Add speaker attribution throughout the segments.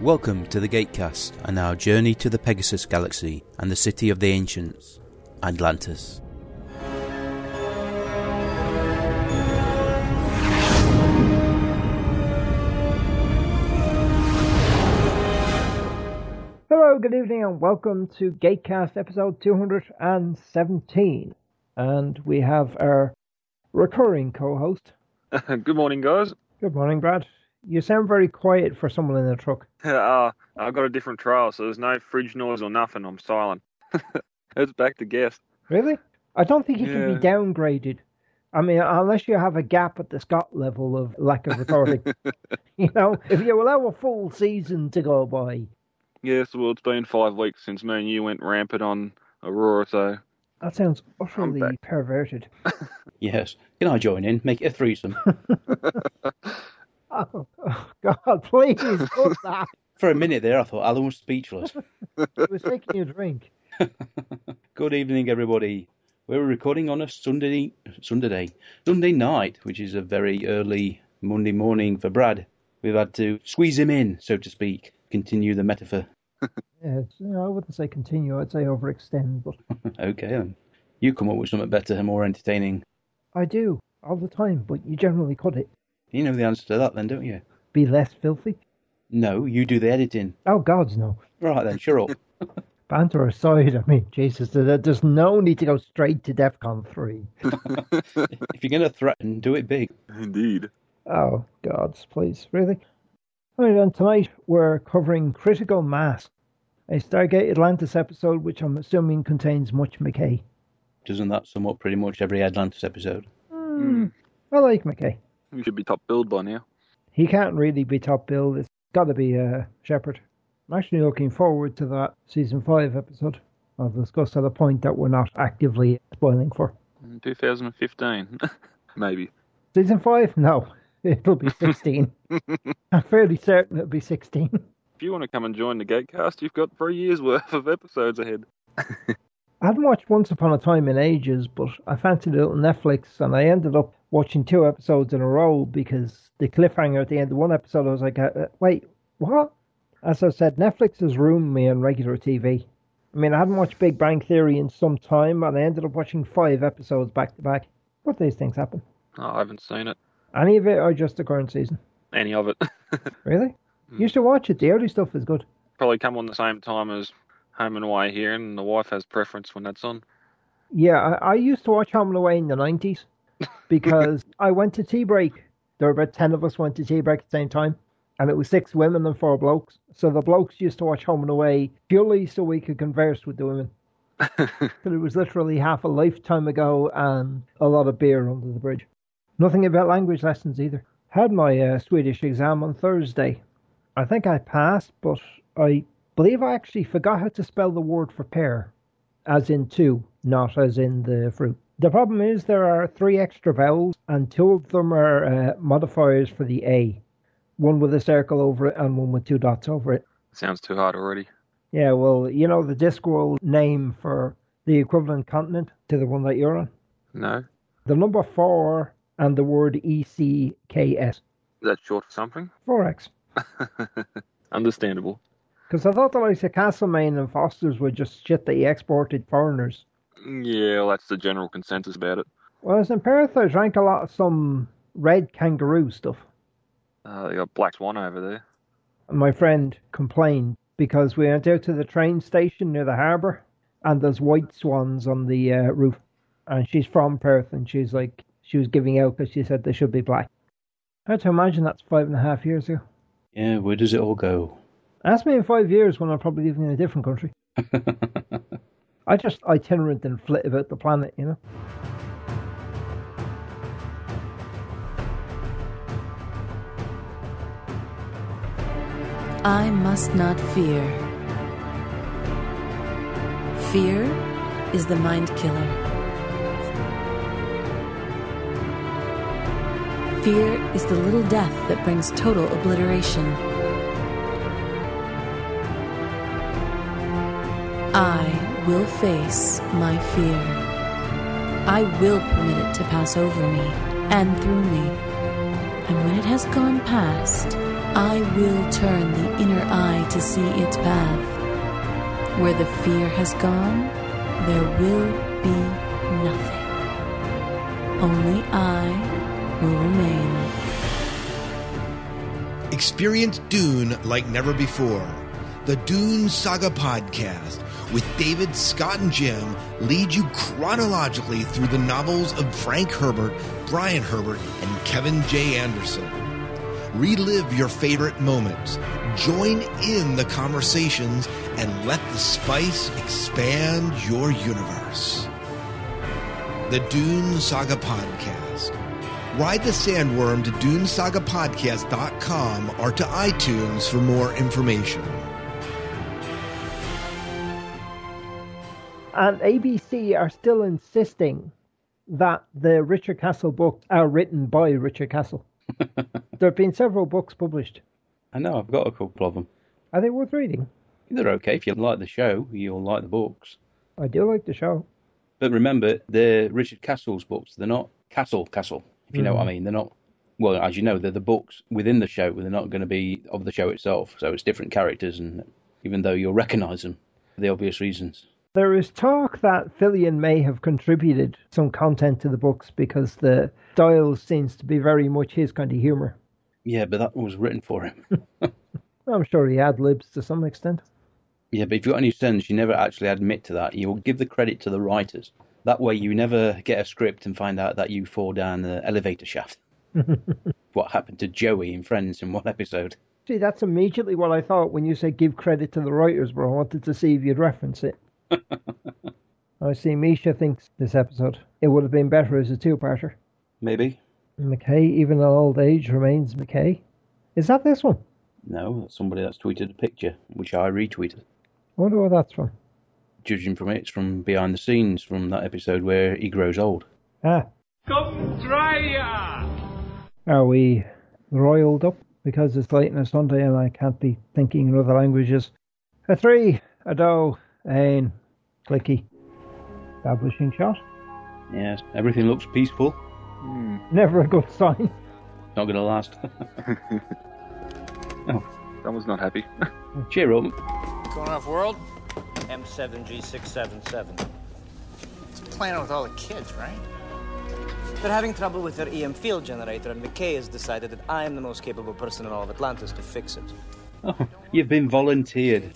Speaker 1: Welcome to the Gatecast and our journey to the Pegasus Galaxy and the city of the ancients, Atlantis.
Speaker 2: Hello, good evening, and welcome to Gatecast episode 217. And we have our recurring co host.
Speaker 3: Good morning, guys.
Speaker 2: Good morning, Brad. You sound very quiet for someone in a truck.
Speaker 3: Uh, I got a different trial, so there's no fridge noise or nothing. I'm silent. it's back to guest.
Speaker 2: Really? I don't think you can
Speaker 3: Yeah.
Speaker 2: be downgraded. I mean, unless you have a gap at the Scott level of lack of recording. you know, if you allow a full season to go by,
Speaker 3: Yes, well, it's been five weeks since me and you went rampant on Aurora, so
Speaker 2: that sounds utterly
Speaker 3: back.
Speaker 2: perverted.
Speaker 1: Yes. Can I join in? Make it a threesome.
Speaker 2: Oh, oh, God, please, stop that.
Speaker 1: For a minute there, I thought Alan was speechless.
Speaker 2: It was making you drink.
Speaker 1: Good evening, everybody. We're recording on a Sunday, Sunday day, Sunday night, which is a very early Monday morning for Brad. We've had to squeeze him in, so to speak. Continue the metaphor.
Speaker 2: Yeah, it's- you know, I wouldn't say continue, I'd say overextend, but
Speaker 1: Okay, then. You come up with something better and more entertaining.
Speaker 2: I do all the time, but you generally cut it.
Speaker 1: You know the answer to that, then, don't you?
Speaker 2: Be less filthy.
Speaker 1: No, you do the editing.
Speaker 2: Oh, gods, no.
Speaker 1: Right then, sure up.
Speaker 2: Banter aside, I mean, Jesus, there- there's no need to go straight to DEFCON 3.
Speaker 1: if you're going to threaten, do it big.
Speaker 3: indeed.
Speaker 2: Oh, gods, please, really? All right, and tonight we're covering Critical Mass, a Stargate Atlantis episode which I'm assuming contains much McKay.
Speaker 1: Doesn't that sum up pretty much every Atlantis episode?
Speaker 2: Hmm. I like McKay.
Speaker 3: You should be top billed by now.
Speaker 2: He can't really be top billed. It's got to be uh, Shepard. I'm actually looking forward to that season 5 episode. I'll discuss at a point that we're not actively spoiling for.
Speaker 3: 2015, maybe.
Speaker 2: Season five? No, it'll be sixteen. I'm fairly certain it'll be sixteen.
Speaker 3: If you want to come and join the Gatecast, you've got three years worth of episodes ahead.
Speaker 2: I hadn't watched Once Upon a Time in ages, but I fancied it on Netflix, and I ended up watching two episodes in a row because the cliffhanger at the end of one episode, I was like, uh, "Wait, what?" As I said, Netflix has ruined me on regular TV. I mean, I hadn't watched Big Bang Theory in some time, and I ended up watching five episodes back to back. But these things happen.
Speaker 3: Oh, I haven't seen it.
Speaker 2: Any of it, or just the current season?
Speaker 3: Any of it.
Speaker 2: Really? You should watch it. The early stuff is good.
Speaker 3: Probably come on the same time as Home and Away here, and the wife has preference when that's on.
Speaker 2: Yeah, I, I used to watch Home and Away in the nineties because I went to tea break. There were about ten of us went to tea break at the same time, and it was six women and four blokes. So the blokes used to watch Home and Away purely so we could converse with the women. But it was literally half a lifetime ago, and a lot of beer under the bridge. Nothing about language lessons either. Had my uh, Swedish exam on Thursday. I think I passed, but I believe I actually forgot how to spell the word for pear as in two, not as in the fruit. The problem is there are three extra vowels, and two of them are uh, modifiers for the A. One with a circle over it, and one with two dots over it.
Speaker 3: Sounds too hard already.
Speaker 2: Yeah, well, you know the Discworld name for the equivalent continent to the one that you're on?
Speaker 3: No,
Speaker 2: The number four and the word E ECKS.
Speaker 3: that's short for something.
Speaker 2: Forex.
Speaker 3: Understandable.
Speaker 2: Because I thought the likes of Castlemaine and Foster's were just shit that you exported foreigners.
Speaker 3: Yeah, well, that's the general consensus about it.
Speaker 2: Whereas in Perthos drank a lot of some red kangaroo stuff.
Speaker 3: Uh, they got Black Swan over there.
Speaker 2: And my friend complained because we went out to the train station near the harbour and there's white swans on the uh, roof. And she's from Perth and she's like, she was giving out because she said they should be black. Hard to imagine that's five and a half years ago.
Speaker 1: Yeah, where does it all go?
Speaker 2: Ask me in five years when I'm probably living in a different country. I just itinerant and flit about the planet, you know?
Speaker 4: I must not fear. Fear is the mind killer. Fear is the little death that brings total obliteration. I will face my fear. I will permit it to pass over me and through me. And when it has gone past, I will turn the inner eye to see its path. Where the fear has gone, there will be nothing. Only I will remain.
Speaker 5: Experience Dune like never before. The Dune Saga Podcast with David, Scott, and Jim lead you chronologically through the novels of Frank Herbert, Brian Herbert, and Kevin J. Anderson. Relive your favorite moments, join in the conversations, and let the spice expand your universe. The Dune Saga Podcast. Ride the sandworm to dunesagapodcast.com or to iTunes for more information.
Speaker 2: And ABC are still insisting that the Richard Castle books are written by Richard Castle. there have been several books published.
Speaker 1: I know, I've got a couple of them.
Speaker 2: Are they worth reading?
Speaker 1: They're okay. If you like the show, you'll like the books.
Speaker 2: I do like the show.
Speaker 1: But remember, they're Richard Castle's books. They're not Castle Castle, if you know what I mean. They're not, well, as you know, they're the books within the show. They're not going to be of the show itself. So it's different characters, and even though you'll recognise them for the obvious reasons.
Speaker 2: There is talk that Fillion may have contributed some content to the books because the style seems to be very much his kind of humour.
Speaker 1: Yeah, but that was written for him.
Speaker 2: I'm sure he ad libs to some extent.
Speaker 1: Yeah, but if you've got any sense, you never actually admit to that. You'll give the credit to the writers. That way, you never get a script and find out that you fall down the elevator shaft. what happened to Joey in Friends in one episode?
Speaker 2: See, that's immediately what I thought when you said give credit to the writers, but I wanted to see if you'd reference it. I see Misha thinks this episode it would have been better as a two-parter.
Speaker 1: Maybe.
Speaker 2: McKay, even in old age, remains McKay. Is that this one?
Speaker 1: No, that's somebody that's tweeted a picture, which I retweeted.
Speaker 2: I wonder where that's from.
Speaker 1: Judging from it, it's from behind the scenes from that episode where he grows old.
Speaker 2: Ah, are we roiled up because it's late on a Sunday and I can't be thinking in other languages? A three, a dough, and clicky. Establishing shot.
Speaker 1: Yes, everything looks peaceful.
Speaker 2: Never a good sign.
Speaker 1: Not going to last. Oh.
Speaker 3: Someone's not happy.
Speaker 1: Cheer up.
Speaker 6: Going off world?
Speaker 7: M7G677.
Speaker 6: It's playing with all the kids, right?
Speaker 7: They're having trouble with their EM field generator, and McKay has decided that I am the most capable person in all of Atlantis to fix it.
Speaker 1: Oh, you've been volunteered.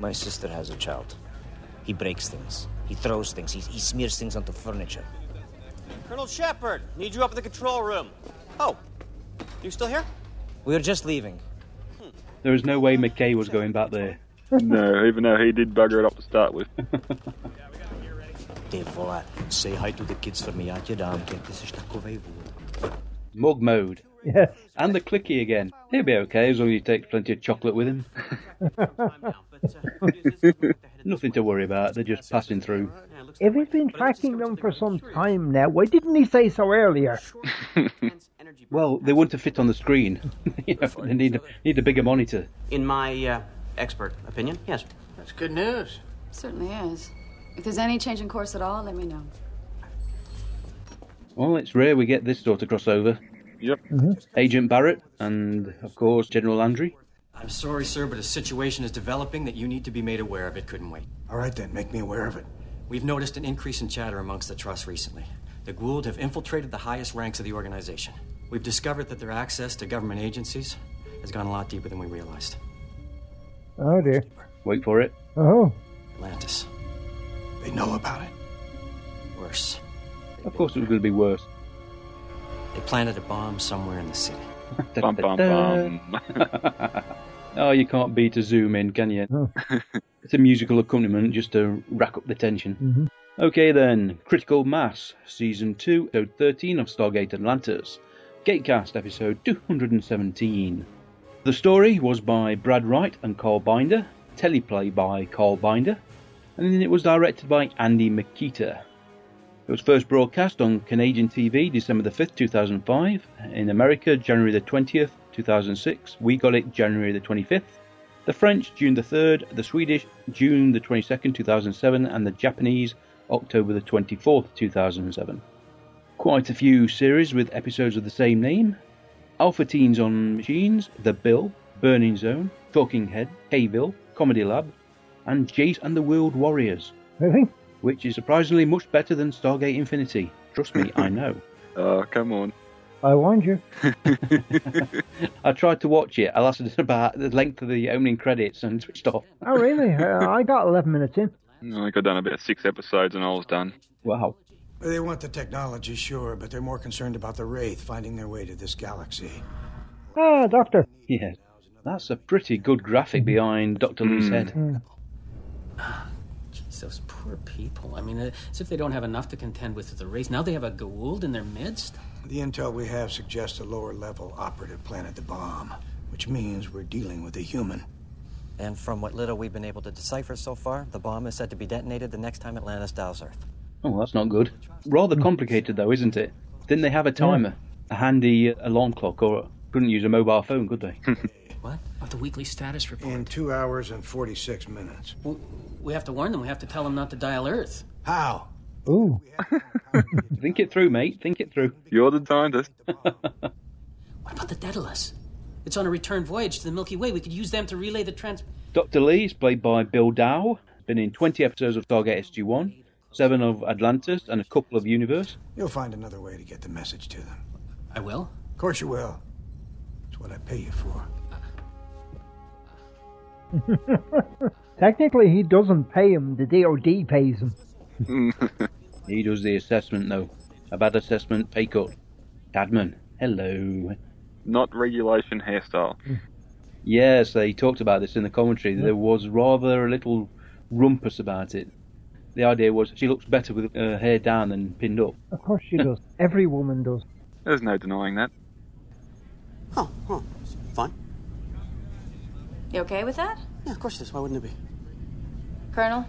Speaker 7: My sister has a child. He breaks things, he throws things, he, he smears things onto furniture.
Speaker 6: Colonel Shepard, need you up in the control room. Oh, you still here?
Speaker 7: We are just leaving.
Speaker 1: There is no way McKay was going back there.
Speaker 3: no, even though he did bugger it up to start with.
Speaker 7: Dave Volat, say hi to the kids for me. At your damn kid, this is takové vůd.
Speaker 1: Mug mode.
Speaker 2: Yes.
Speaker 1: And the clicky again. He'll be okay as long as he takes plenty of chocolate with him. Nothing to worry about, they're just passing through.
Speaker 2: If he's been tracking them for some time now, why didn't he say so earlier?
Speaker 1: Well, they wouldn't have fit on the screen. you know, they need a, need a bigger monitor.
Speaker 8: In my uh, expert opinion, yes.
Speaker 6: That's good news.
Speaker 9: Certainly is. If there's any change in course at all, let me know.
Speaker 1: Well, it's rare we get this sort of crossover.
Speaker 3: Yep.
Speaker 1: Agent Barrett and, of course, General Landry.
Speaker 8: I'm sorry, sir, but a situation is developing that you need to be made aware of. It couldn't wait.
Speaker 10: All right then, make me aware of it.
Speaker 8: We've noticed an increase in chatter amongst the Trust recently. The Gould have infiltrated the highest ranks of the organization. We've discovered that their access to government agencies has gone a lot deeper than we realized.
Speaker 2: Oh dear.
Speaker 1: Wait for it.
Speaker 2: Oh.
Speaker 8: Atlantis.
Speaker 10: They know about it.
Speaker 8: Worse.
Speaker 1: Of course, it was going to be worse.
Speaker 8: They planted a bomb somewhere in the city.
Speaker 3: Bum bum bum.
Speaker 1: Oh, you can't beat a zoom in, can you? it's a musical accompaniment just to rack up the tension. Okay, then. Critical Mass, Season 2, Episode 13 of Stargate Atlantis. Gatecast, Episode 217. The story was by Brad Wright and Carl Binder, teleplay by Carl Binder, and then it was directed by Andy Makita. It was first broadcast on Canadian TV December the 5th, 2005. In America, January the 20th, 2006. We got it January the 25th. The French, June the 3rd. The Swedish, June the 22nd, 2007. And the Japanese, October the 24th, 2007. Quite a few series with episodes of the same name. Alpha Teens on Machines, The Bill, Burning Zone, Talking Head, Kville, Comedy Lab, and Jace and the World Warriors.
Speaker 2: Really?
Speaker 1: Which is surprisingly much better than Stargate Infinity. Trust me, I know.
Speaker 3: Oh, come on.
Speaker 2: I warned you.
Speaker 1: I tried to watch it. I lasted about the length of the opening credits and switched off.
Speaker 2: Oh, really? Uh, I got 11 minutes in.
Speaker 3: I think I've done about six episodes and I was done.
Speaker 1: Wow.
Speaker 10: They want the technology, sure, but they're more concerned about the Wraith finding their way to this galaxy.
Speaker 2: Ah, Doctor.
Speaker 1: Yeah. That's a pretty good graphic behind Dr. Lee's head.
Speaker 11: Jeez, those poor people. I mean, as if they don't have enough to contend with at the race. Now they have a Gould in their midst.
Speaker 10: The intel we have suggests a lower level operative planted the bomb, which means we're dealing with a human.
Speaker 7: And from what little we've been able to decipher so far, the bomb is said to be detonated the next time Atlantis dials Earth.
Speaker 1: Oh, that's not good. Rather complicated, though, isn't it? Didn't they have a timer? A handy uh, alarm clock, or couldn't use a mobile phone, could they?
Speaker 11: What? Of the weekly status report.
Speaker 10: In two hours and 46 minutes.
Speaker 11: W- We have to warn them. We have to tell them not to dial Earth.
Speaker 10: How?
Speaker 2: Ooh.
Speaker 1: Think it through, mate. Think it through.
Speaker 3: You're the scientist.
Speaker 11: What about the Daedalus? It's on a return voyage to the Milky Way. We could use them to relay the trans.
Speaker 1: Dr. Lee is played by Bill Dow. Been in 20 episodes of Stargate SG-1, seven of Atlantis, and a couple of Universe.
Speaker 10: You'll find another way to get the message to them.
Speaker 11: I will.
Speaker 10: Of course you will. It's what I pay you for.
Speaker 2: Technically, he doesn't pay him. The DOD pays him.
Speaker 1: He does the assessment, though. A bad assessment, pay cut. Cadman, hello.
Speaker 3: Not regulation hairstyle.
Speaker 1: Yes, they talked about this in the commentary. There was rather a little rumpus about it. The idea was she looks better with her hair down than pinned up.
Speaker 2: Of course she does. Every woman does.
Speaker 3: There's no denying that.
Speaker 12: Oh, oh, fine.
Speaker 9: You okay with that?
Speaker 12: Yeah, of course it is. Why wouldn't it be?
Speaker 9: Colonel?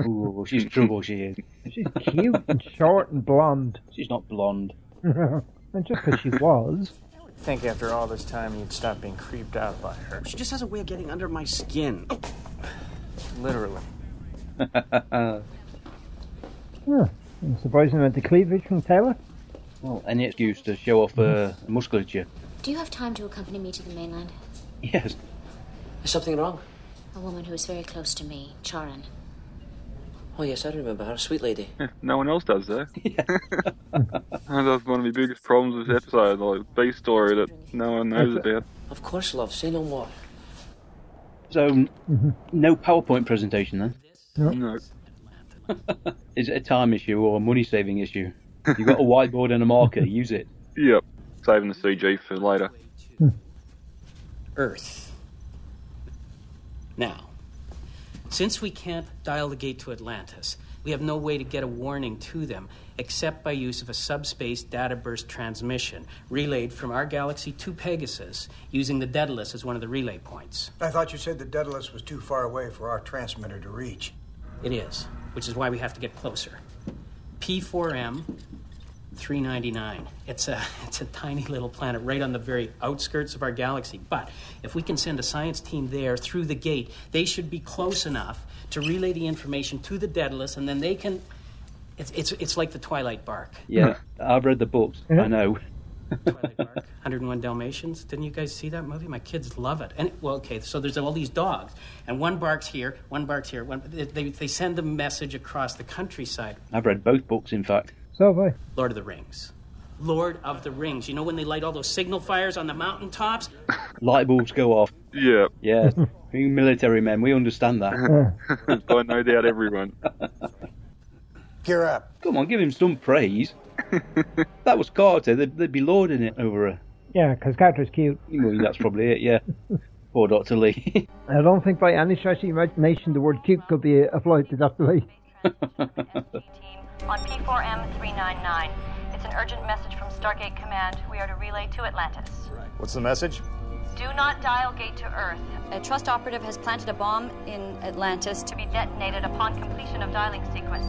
Speaker 1: Ooh, she's trouble, she is.
Speaker 2: She's cute and short and blonde.
Speaker 1: She's not blonde.
Speaker 2: and just because she was.
Speaker 7: Think after all this time you'd stop being creeped out by her.
Speaker 12: She just has a way of getting under my skin. Oh,
Speaker 7: Literally.
Speaker 2: Huh. I'm surprised he went to cleavage from Taylor.
Speaker 1: Well, any excuse to show off uh, her
Speaker 2: Mm-hmm.
Speaker 1: musculature.
Speaker 13: Do you have time to accompany me to the mainland?
Speaker 1: Yes,
Speaker 11: Is something wrong?
Speaker 13: A woman who is very close to me, Charon.
Speaker 11: Oh, yes, I remember her. Sweet lady.
Speaker 3: Yeah, no one else does, though. That's one of the biggest problems of this episode, like B story that no one knows about.
Speaker 11: Of course, love. Say no more.
Speaker 1: So,
Speaker 2: Mm-hmm.
Speaker 1: no PowerPoint presentation then?
Speaker 3: No.
Speaker 1: Is it a time issue or a money saving issue? You've got a whiteboard and a marker, use it.
Speaker 3: Yep. Saving the CG for later.
Speaker 11: Earth. Now, since we can't dial the gate to Atlantis, we have no way to get a warning to them except by use of a subspace data burst transmission relayed from our galaxy to Pegasus using the Daedalus as one of the relay points.
Speaker 10: I thought you said the Daedalus was too far away for our transmitter to reach.
Speaker 11: It is, which is why we have to get closer. P4M 399. It's a, it's a tiny little planet right on the very outskirts of our galaxy. But if we can send a science team there through the gate, they should be close enough to relay the information to the Daedalus, and then they can. It's, it's, it's like the Twilight Bark.
Speaker 1: Yeah, I've read the books, I know.
Speaker 11: Twilight Bark, 101 Dalmatians. Didn't you guys see that movie? My kids love it. And well, okay, so there's all these dogs, and one barks here, one barks here. One, they- they, they send the message across the countryside.
Speaker 1: I've read both books, in fact.
Speaker 2: So have I.
Speaker 11: Lord of the Rings. Lord of the Rings. You know when they light all those signal fires on the mountaintops?
Speaker 1: Light bulbs go off.
Speaker 3: Yep.
Speaker 1: Yeah, we military men, we understand that.
Speaker 3: By no doubt everyone.
Speaker 10: Gear up.
Speaker 1: Come on, give him some praise. that was Carter, they'd, they'd be lording it over her.
Speaker 2: Yeah, because Carter's cute.
Speaker 1: Well, that's probably it, yeah. Poor Dr. Lee.
Speaker 2: I don't think by any stretch of the imagination the word cute could be applied to Dr. Lee.
Speaker 14: On P4M 399, it's an urgent message from Stargate Command. We are to relay to Atlantis.
Speaker 15: What's the message?
Speaker 14: Do not dial gate to Earth.
Speaker 9: A trust operative has planted a bomb in Atlantis
Speaker 14: To be detonated upon completion of dialing sequence.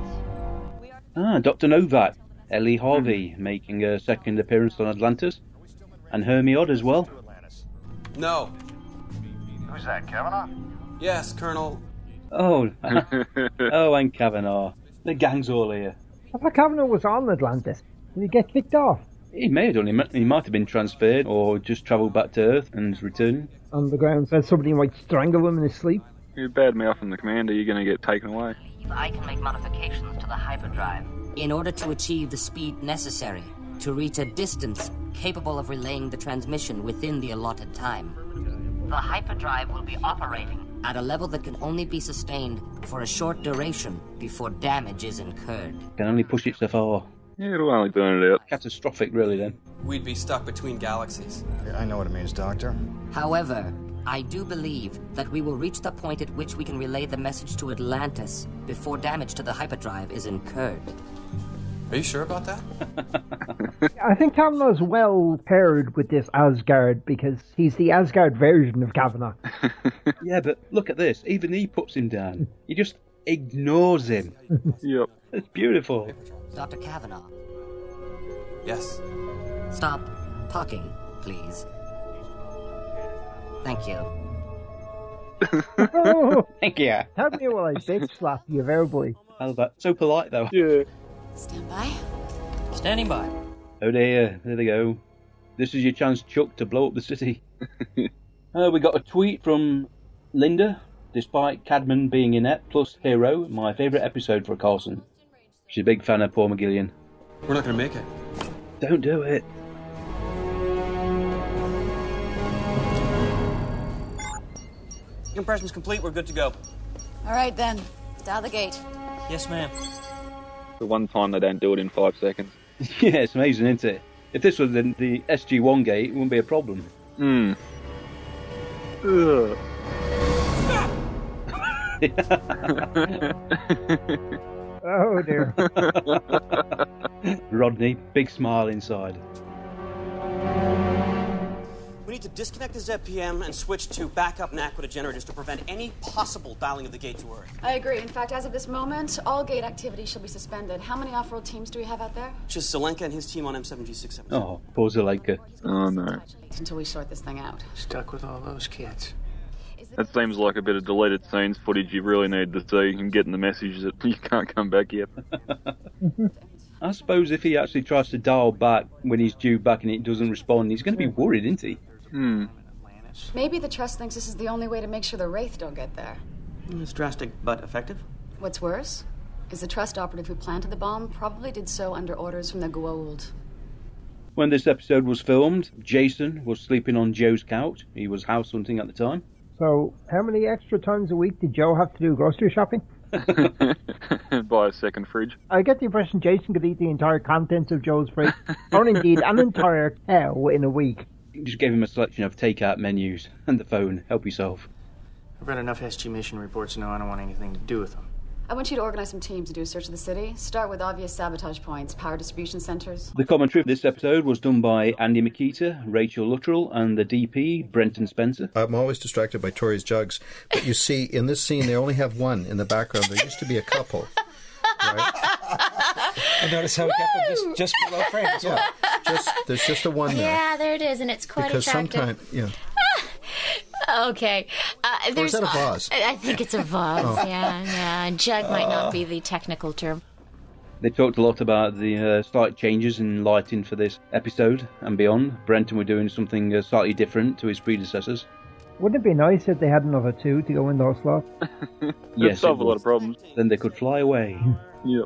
Speaker 1: Ah, Dr. Novak, Ellie Harvey, making her second appearance on Atlantis, and Hermie Odd as well.
Speaker 6: No.
Speaker 15: Who's that, Kavanaugh?
Speaker 6: Yes, Colonel.
Speaker 1: Oh, oh, and Kavanaugh. The gang's all here.
Speaker 2: I thought Kavanaugh was on Atlantis. Did he get kicked off?
Speaker 1: He may have done. He might, he might have been transferred or just travelled back to Earth and returned.
Speaker 2: On the grounds that somebody might strangle him in his sleep.
Speaker 3: You bad mouthing the commander, you're going to get taken away.
Speaker 16: I can make modifications to the hyperdrive in order to achieve the speed necessary to reach a distance capable of relaying the transmission within the allotted time. The hyperdrive will be operating at a level that can only be sustained for a short duration before damage is incurred.
Speaker 1: Can only push it so far.
Speaker 3: Yeah, it'll only burn it out.
Speaker 1: Catastrophic, really, then.
Speaker 7: We'd be stuck between galaxies.
Speaker 15: I know what it means, Doctor.
Speaker 16: However, I do believe that we will reach the point at which we can relay the message to Atlantis before damage to the hyperdrive is incurred.
Speaker 7: Are you sure about that?
Speaker 2: I think Kavanaugh's well paired with this Asgard because he's the Asgard version of Kavanaugh.
Speaker 1: yeah, but look at this. Even he puts him down. He just ignores him.
Speaker 3: yep.
Speaker 1: It's beautiful.
Speaker 16: Dr. Kavanaugh,
Speaker 7: Yes.
Speaker 16: stop talking, please. Thank you.
Speaker 1: Thank you.
Speaker 2: Tell me while I bitch slap you verbally.
Speaker 1: How about so polite though?
Speaker 3: Yeah.
Speaker 9: Stand by.
Speaker 7: Standing by.
Speaker 1: Oh dear, there they go. This is your chance, Chuck, to blow up the city. uh, we got a tweet from Linda. Despite Cadman being inept, plus Hero, my favourite episode for Carlson. She's a big fan of Paul McGillian.
Speaker 8: We're not going to make it.
Speaker 1: Don't do it.
Speaker 7: Compression's complete. We're good to go.
Speaker 9: All right then. Dial the gate.
Speaker 7: Yes, ma'am.
Speaker 3: The one time they don't do it in five seconds.
Speaker 1: yeah, it's amazing, isn't it? If this was the, the SG1 gate, it wouldn't be a problem.
Speaker 3: Hmm. Ugh.
Speaker 2: Oh dear.
Speaker 1: Rodney, big smile inside.
Speaker 6: We need to disconnect the ZPM and switch to backup NACWITA generators to prevent any possible dialing of the gate to Earth.
Speaker 9: I agree. In fact, as of this moment, all gate activity shall be suspended. How many off-road teams do we have out there?
Speaker 6: Just Zelenka and his team on M7G67.
Speaker 1: Oh, poor Zuleika.
Speaker 3: Oh no.
Speaker 9: Until we sort this thing out.
Speaker 12: Stuck with all those kids.
Speaker 3: That seems like a bit of deleted scenes footage you really need to see and getting the message that you can't come back yet.
Speaker 1: I suppose if he actually tries to dial back when he's due back and it doesn't respond, he's going to be worried, isn't he?
Speaker 3: Hmm.
Speaker 9: Maybe the trust thinks this is the only way to make sure the Wraith don't get there.
Speaker 12: It's drastic, but effective.
Speaker 9: What's worse is the trust operative who planted the bomb probably did so under orders from the Goa'uld.
Speaker 1: When this episode was filmed, Jason was sleeping on Joe's couch. He was house hunting at the time.
Speaker 2: So, how many extra times a week did Joe have to do grocery shopping?
Speaker 3: Buy a second fridge.
Speaker 2: I get the impression Jason could eat the entire contents of Joe's fridge, or indeed an entire cow in a week.
Speaker 1: He just gave him a selection of takeout menus and the phone. Help yourself.
Speaker 8: I've read enough SG mission reports to know I don't want anything to do with them.
Speaker 9: I want you to organize some teams to do a search of the city. Start with obvious sabotage points, power distribution centers.
Speaker 1: The commentary for this episode was done by Andy Makita, Rachel Luttrell, and the DP, Brenton Spencer.
Speaker 17: I'm always distracted by Tori's jugs. But you see, in this scene, they only have one in the background. There used to be a couple.
Speaker 12: I notice how we kept them just, just below frame as well.
Speaker 17: Just there's just the one there
Speaker 13: Yeah, there it is, and it's quite
Speaker 17: because
Speaker 13: attractive.
Speaker 17: sometimes yeah.
Speaker 13: Okay. Uh, there's
Speaker 17: that a vase? Oh.
Speaker 13: I I think it's a vase. Yeah, yeah. Jug might not
Speaker 17: Uh.
Speaker 13: be the technical term.
Speaker 1: They talked a lot about the uh, slight changes in lighting for this episode and beyond. Brenton were doing something uh, slightly different to his predecessors.
Speaker 2: Wouldn't it be nice if they had another two to go in those slots?
Speaker 1: Yes, it
Speaker 3: solve a lot
Speaker 1: would.
Speaker 3: of problems.
Speaker 1: Then they could fly away.
Speaker 3: Yep.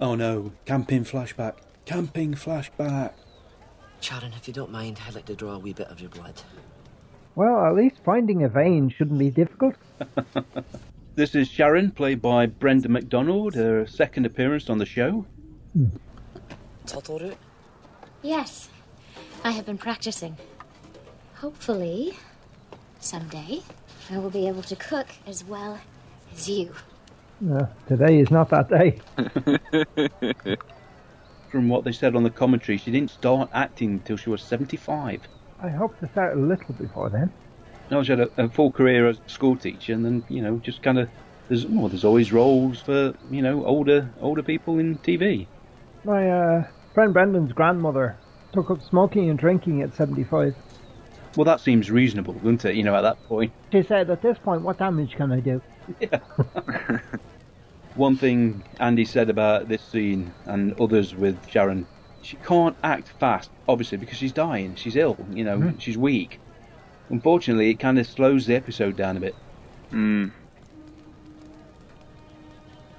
Speaker 1: Oh no, camping flashback. Camping flashback.
Speaker 16: Charon, if you don't mind, I'd like to draw a wee bit of your blood.
Speaker 2: Well, at least finding a vein shouldn't be difficult.
Speaker 1: This is Sharon, played by Brenda McDonald, her second appearance on the show.
Speaker 16: Total
Speaker 13: Yes, I have been practicing. Hopefully, someday, I will be able to cook as well as you.
Speaker 2: Uh, today is not that day.
Speaker 1: From what they said on the commentary, she didn't start acting until she was 75.
Speaker 2: I hope to start a little before then.
Speaker 1: Now she had a, a full career as a school teacher, and then you know, just kind of there's well, there's always roles for you know older older people in TV.
Speaker 2: My uh, friend Brendan's grandmother took up smoking and drinking at 75.
Speaker 1: Well, that seems reasonable, doesn't it? You know, at that point.
Speaker 2: She said, at this point, what damage can I do?
Speaker 1: One thing Andy said about this scene and others with Sharon, she can't act fast, obviously, because she's dying. She's ill, you know,
Speaker 3: Mhm.
Speaker 1: she's weak. Unfortunately, it kind of slows the episode down a bit.
Speaker 3: Mm.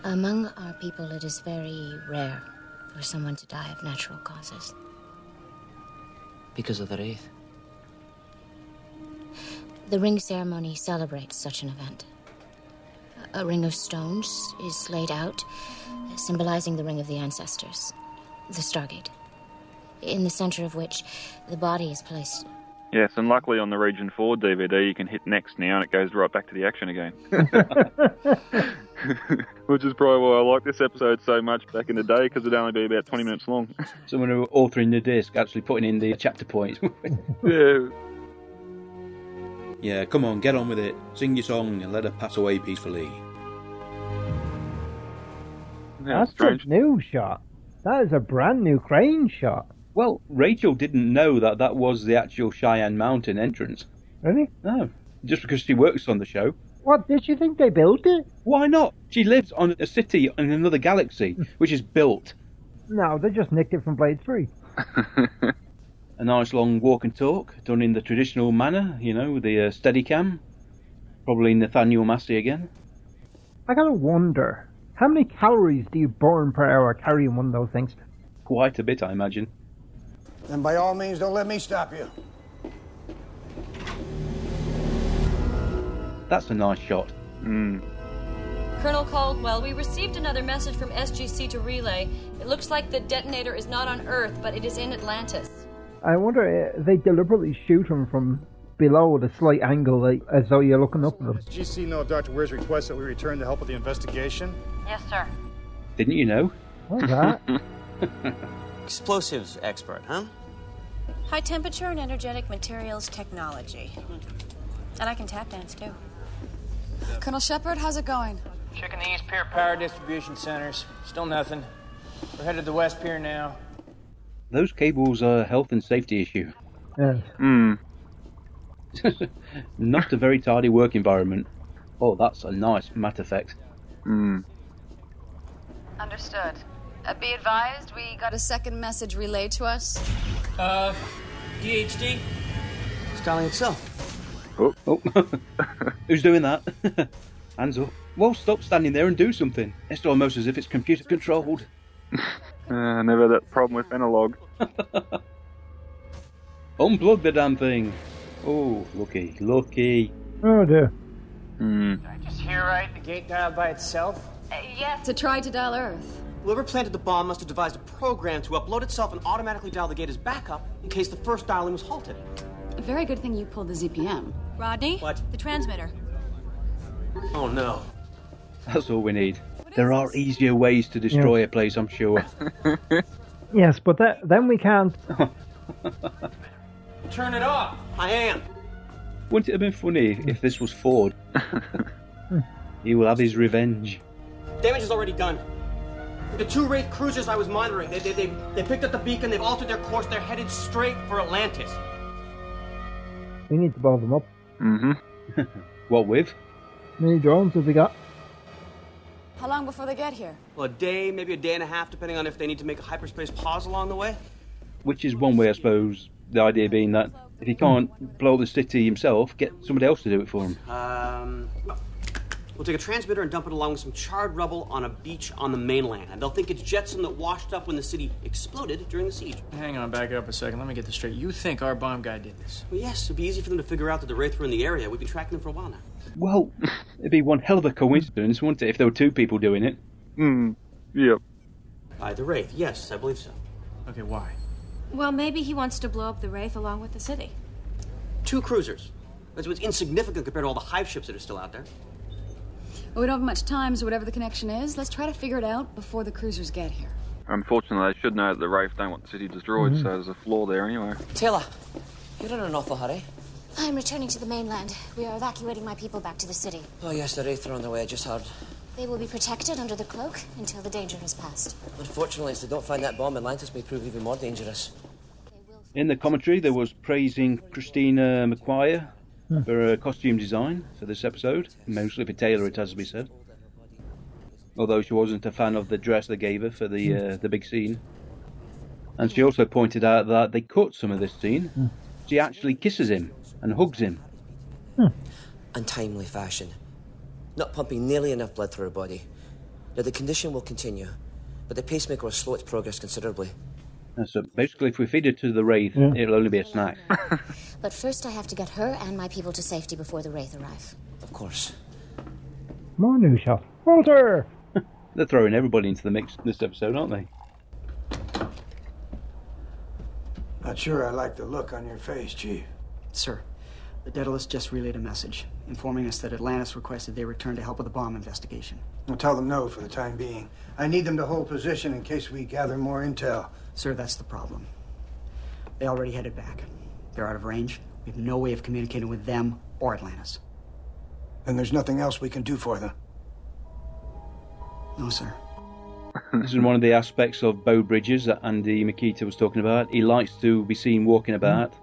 Speaker 13: Among our people, it is very rare for someone to die of natural causes.
Speaker 7: Because of the Wraith.
Speaker 13: The ring ceremony celebrates such an event. A ring of stones is laid out, symbolizing the ring of the ancestors, the Stargate, in the center of which the body is placed.
Speaker 3: Yes, and luckily on the Region 4 DVD, you can hit next now and it goes right back to the action again. Which is probably why I like this episode so much back in the day, because it'd only be about 20 minutes long.
Speaker 1: Someone who authoring the disc actually putting in the chapter points.
Speaker 3: yeah.
Speaker 1: yeah, come on, get on with it. Sing your song and let her pass away peacefully.
Speaker 2: That's a new shot. That is a brand new crane shot.
Speaker 1: Well, Rachel didn't know that that was the actual Cheyenne Mountain entrance.
Speaker 2: Really?
Speaker 1: No. Just because she works on the show.
Speaker 2: What did you think they built it?
Speaker 1: Why not? She lives on a city in another galaxy, which is built.
Speaker 2: No, they just nicked it from Blade Three.
Speaker 1: A nice long walk and talk, done in the traditional manner, you know, with the uh, Steadicam. Probably Nathaniel Massey again.
Speaker 2: I gotta wonder how many calories do you burn per hour carrying one of those things?
Speaker 1: Quite a bit, I imagine.
Speaker 10: Then by all means, don't let me stop you.
Speaker 1: That's a nice shot.
Speaker 3: Mm.
Speaker 18: Colonel Caldwell, we received another message from SGC to relay. It looks like the detonator is not on Earth, but it is in Atlantis.
Speaker 2: I wonder uh, they deliberately shoot them from below at a slight angle, like, as though you're looking up at them.
Speaker 15: GC know of Dr. Weir's request that we return to help with the investigation?
Speaker 14: Yes, sir.
Speaker 1: Didn't you know?
Speaker 2: What's that?
Speaker 6: Explosives expert, huh?
Speaker 19: High temperature and energetic materials technology. And I can tap dance too.
Speaker 9: Colonel Shepard, how's it going?
Speaker 7: Checking the East Pier power distribution centers. Still nothing. We're headed to the West Pier now.
Speaker 1: Those cables are a health and safety issue.
Speaker 2: Yeah.
Speaker 1: Hmm. Not a very tidy work environment. Oh, that's a nice matte effect. Hmm.
Speaker 9: Understood. Uh, be advised, we got a second message relayed to us. Uh,
Speaker 7: DHD?
Speaker 12: Styling itself.
Speaker 1: Oh. Who's doing that? Hands up. Well, stop standing there and do something. It's almost as if it's computer controlled.
Speaker 3: Uh, never that problem with analog.
Speaker 1: Unplug the damn thing. Oh, lucky, lucky.
Speaker 2: Oh dear.
Speaker 1: Hmm.
Speaker 7: Just here, right? The gate dialed by itself?
Speaker 18: yes.
Speaker 9: Uh, To try to dial Earth.
Speaker 6: Whoever planted the bomb must have devised a program to upload itself and automatically dial the gate as backup in case the first dialing was halted.
Speaker 9: A very good thing you pulled the ZPM.
Speaker 19: Rodney?
Speaker 6: What?
Speaker 19: The transmitter.
Speaker 6: Oh no.
Speaker 1: That's all we need. There are easier ways to destroy a place, I'm sure.
Speaker 2: Yes, but that, then we can't.
Speaker 7: Turn it off!
Speaker 6: I am.
Speaker 1: Wouldn't it have been funny if this was Ford? he will have his revenge.
Speaker 6: Damage is already done. The two Wraith cruisers I was monitoring, they, they, they, they picked up the beacon, they've altered their course, they're headed straight for Atlantis.
Speaker 2: We need to blow them up.
Speaker 1: Mm-hmm. what with?
Speaker 2: Many drones have we got?
Speaker 9: How long before they get here?
Speaker 6: Well, a day, maybe a day and a half, depending on if they need to make a hyperspace pause along the way.
Speaker 1: Which is one way, I suppose. The idea being that if he can't blow up the city himself, get somebody else to do it for him.
Speaker 6: Um, we'll take a transmitter and dump it along with some charred rubble on a beach on the mainland. And they'll think it's Jetson that washed up when the city exploded during the siege.
Speaker 7: Hang on, back up a second. Let me get this straight. You think our bomb guy did this?
Speaker 6: Well, yes, it'd be easy for them to figure out that the Wraith were in the area. We've been tracking them for a while now.
Speaker 1: Well, it'd be one hell of a coincidence, wouldn't it, if there were two people doing it?
Speaker 3: Hmm. Yep.
Speaker 6: By the Wraith, yes, I believe so.
Speaker 7: Okay, why?
Speaker 19: Well, maybe he wants to blow up the Wraith along with the city.
Speaker 6: Two cruisers. That's what's insignificant compared to all the hive ships that are still out there.
Speaker 9: Well, we don't have much time, so whatever the connection is, let's try to figure it out before the cruisers get here.
Speaker 3: Unfortunately, they should know that the Wraith don't want the city destroyed, so there's a flaw there anyway.
Speaker 16: Taylor, you're in an awful hurry.
Speaker 13: I'm returning to the mainland. We are evacuating my people back to the city.
Speaker 16: Oh, yes, the Wraith are on the way, I just heard.
Speaker 13: They will be protected under the cloak until the danger has passed.
Speaker 16: Unfortunately, if they don't find that bomb, Atlantis may prove even more dangerous.
Speaker 1: In the commentary, there was praising Christina McQuire for her costume design for this episode, mostly for Taylor, it has to be said. although she wasn't a fan of the dress they gave her for the uh, the big scene. And she also pointed out that they cut some of this scene. She actually kisses him and hugs him.
Speaker 20: Untimely fashion. Not pumping nearly enough blood through her body. Now, the condition will continue, but the pacemaker will slow its progress considerably.
Speaker 1: And so basically, if we feed it to the wraith, it'll only be a snack.
Speaker 13: But first, I have to get her and my people to safety before the Wraith arrive.
Speaker 20: Of course.
Speaker 2: More news shop. Walter!
Speaker 1: They're throwing everybody into the mix this episode, aren't they?
Speaker 10: Not sure I like the look on your face, Chief.
Speaker 12: Sir, the Daedalus just relayed a message informing us that Atlantis requested they return to help with the bomb investigation.
Speaker 10: I'll tell them no for the time being. I need them to hold position in case we gather more intel.
Speaker 12: Sir, that's the problem. They already headed back. They're out of range. We have no way of communicating with them or Atlantis.
Speaker 10: And there's nothing else we can do for them.
Speaker 12: No, sir.
Speaker 1: this is one of the aspects of Bow Bridges that Andy Makita was talking about. He likes to be seen walking about.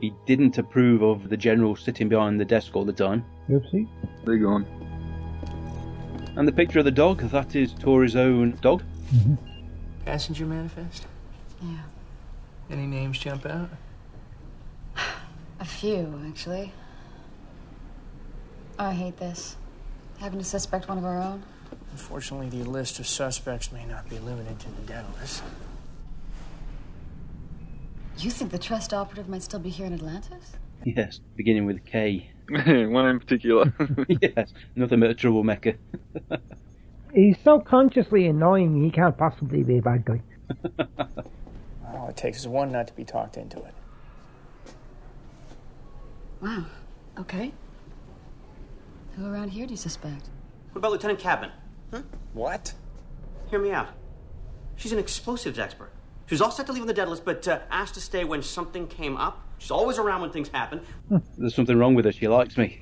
Speaker 1: He didn't approve of the general sitting behind the desk all the time.
Speaker 2: Oopsie.
Speaker 1: They're gone. And the picture of the dog, that is Tori's own dog.
Speaker 12: Passenger manifest?
Speaker 9: Yeah.
Speaker 12: Any names jump out?
Speaker 9: A few, actually. I hate this. Having to suspect one of our own.
Speaker 12: Unfortunately, the list of suspects may not be limited to the Daedalus.
Speaker 9: You think the trust operative might still be here in Atlantis?
Speaker 1: Yes, beginning with K.
Speaker 3: One in particular.
Speaker 1: yes, nothing but a troublemaker.
Speaker 2: He's so consciously annoying, he can't possibly be a bad guy.
Speaker 12: All it takes is one not to be talked into it.
Speaker 9: Wow. Okay. Who around here do you suspect?
Speaker 6: What about Lieutenant Cadman?
Speaker 7: What?
Speaker 6: Hear me out. She's an explosives expert. She was all set to leave on the Daedalus, but uh, asked to stay when something came up. She's always around when things happen.
Speaker 1: There's something wrong with her. She likes me.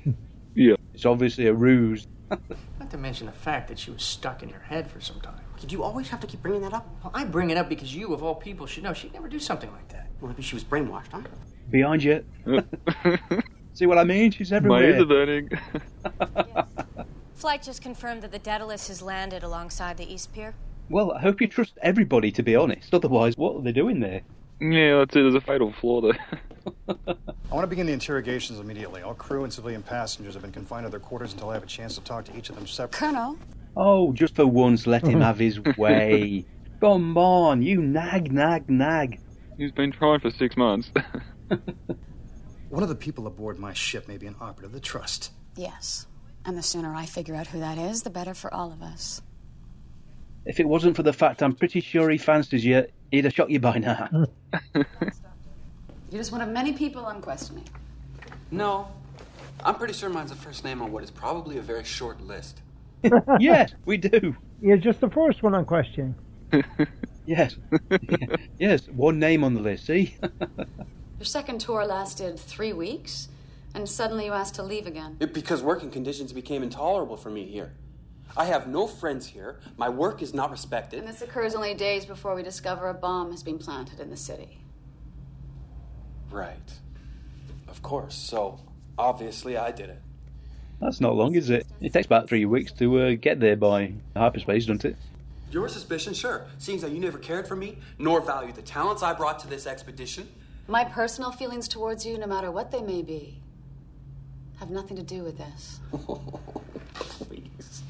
Speaker 1: Yeah. It's obviously a ruse.
Speaker 11: Not to mention the fact that she was stuck in your head for some time.
Speaker 6: Do you always have to keep bringing that up?
Speaker 11: Well, I bring it up because you, of all people, should know she'd never do something like that.
Speaker 6: Well, maybe she was brainwashed, huh?
Speaker 1: Behind you. See what I mean? She's
Speaker 3: My
Speaker 1: everywhere.
Speaker 3: ears are burning.
Speaker 19: Flight just confirmed that the Daedalus has landed alongside the East Pier.
Speaker 1: Well, I hope you trust everybody, to be honest. Otherwise, what are they doing there?
Speaker 3: yeah, that's it. There's a fatal flaw there.
Speaker 15: I want to begin the interrogations immediately. All crew and civilian passengers have been confined to their quarters until I have a chance to talk to each of them separately.
Speaker 9: Colonel?
Speaker 1: Oh, just for once, let him have his way. Come on, you nag, nag, nag.
Speaker 3: He's been trying for six months.
Speaker 15: One of the people aboard my ship may be an operative of the trust.
Speaker 9: Yes. And the sooner I figure out who that is, the better for all of us.
Speaker 1: If it wasn't for the fact I'm pretty sure he fancies you, he'd have shot you by now.
Speaker 9: You're just one of many people I'm questioning.
Speaker 21: No. I'm pretty sure mine's the first name on what is probably a very short list.
Speaker 1: yes, we do.
Speaker 2: You're just the first one I'm questioning.
Speaker 1: yes. yes, one name on the list, see?
Speaker 9: Your second tour lasted three weeks, and suddenly you asked to leave again.
Speaker 21: It, because working conditions became intolerable for me here. I have no friends here. My work is not respected.
Speaker 9: And this occurs only days before we discover a bomb has been planted in the city.
Speaker 21: Right. Of course. So, obviously, I did it.
Speaker 1: That's not long, is it? It takes about three weeks to uh, get there by hyperspace, doesn't it?
Speaker 21: Your suspicion, sure. Seems that you never cared for me, nor valued the talents I brought to this expedition.
Speaker 9: My personal feelings towards you, no matter what they may be, have nothing to do with this.
Speaker 21: Please.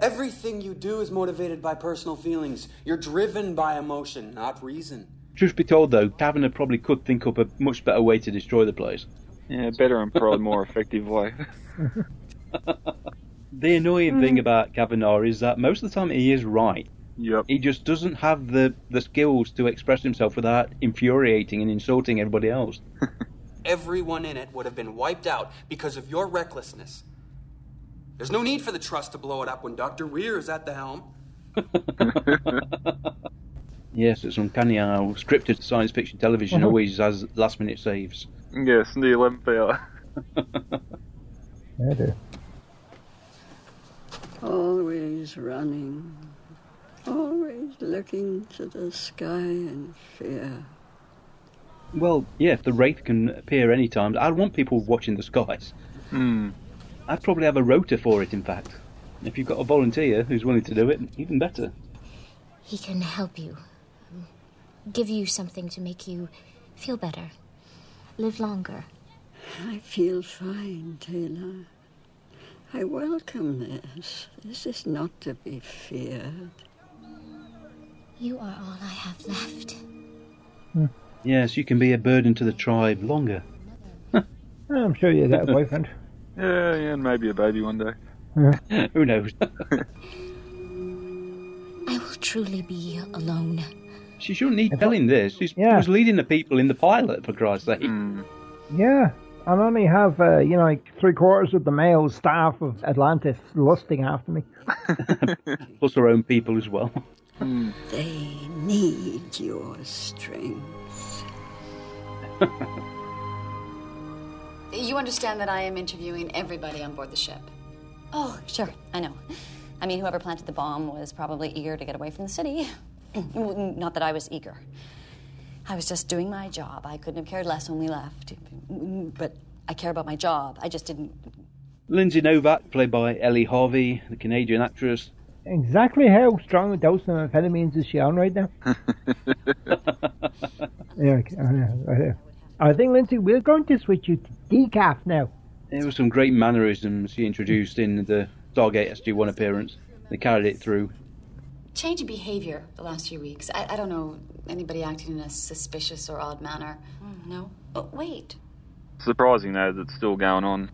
Speaker 21: Everything you do is motivated by personal feelings. You're driven by emotion, not reason.
Speaker 1: Truth be told, though, Taverner probably could think up a much better way to destroy the place.
Speaker 3: yeah, better and probably more effective way.
Speaker 1: The annoying thing about Kavanaugh is that most of the time he is right.
Speaker 3: Yep.
Speaker 1: He just doesn't have the, the skills to express himself without infuriating and insulting everybody else.
Speaker 21: Everyone in it would have been wiped out because of your recklessness. There's no need for the trust to blow it up when Dr. Weir is at the helm.
Speaker 1: Yes, it's uncanny how scripted science fiction television always has last minute saves.
Speaker 3: yes, in the 11th hour.
Speaker 22: Always running, always looking to the sky in fear.
Speaker 1: Well, yeah, if the Wraith can appear any time, I'd want people watching the skies.
Speaker 3: Hmm.
Speaker 1: I'd probably have a rotor for it, in fact. If you've got a volunteer who's willing to do it, even better.
Speaker 13: He can help you, um, give you something to make you feel better, live longer.
Speaker 22: I feel fine, Taylor. I welcome this. This is not to be feared.
Speaker 13: You are all I have left.
Speaker 1: Yes, you can be a burden to the tribe longer.
Speaker 2: I'm sure you'll get a boyfriend.
Speaker 3: Yeah, yeah, and maybe a baby one day.
Speaker 1: Who knows?
Speaker 13: I will truly be alone.
Speaker 1: she shouldn't need telling this. She's, She was leading the people in the pilot, for Christ's sake.
Speaker 2: Yeah, and only have uh, you know like three quarters of the male staff of Atlantis lusting after me.
Speaker 1: Plus her own people as well.
Speaker 22: They need your strength.
Speaker 9: You understand that I am interviewing everybody on board the ship.
Speaker 4: Oh, sure, I know. I mean, whoever planted the bomb was probably eager to get away from the city. Not that I was eager. I was just doing my job. I couldn't have cared less when we left. But I care about my job. I just didn't.
Speaker 1: Lindsay Novak, played by Ellie Harvey, the Canadian actress.
Speaker 2: Exactly how strong a dose of amphetamines is she on right now? yeah, I- I- I- I think Lindsay, we're going to switch you to decaf now.
Speaker 1: There were some great mannerisms she introduced in the Stargate SG-1 appearance. They carried it through.
Speaker 9: Change in behavior the last few weeks. I, I don't know anybody acting in a suspicious or odd manner.
Speaker 4: No.
Speaker 9: But wait.
Speaker 3: Surprising though that it's still going on.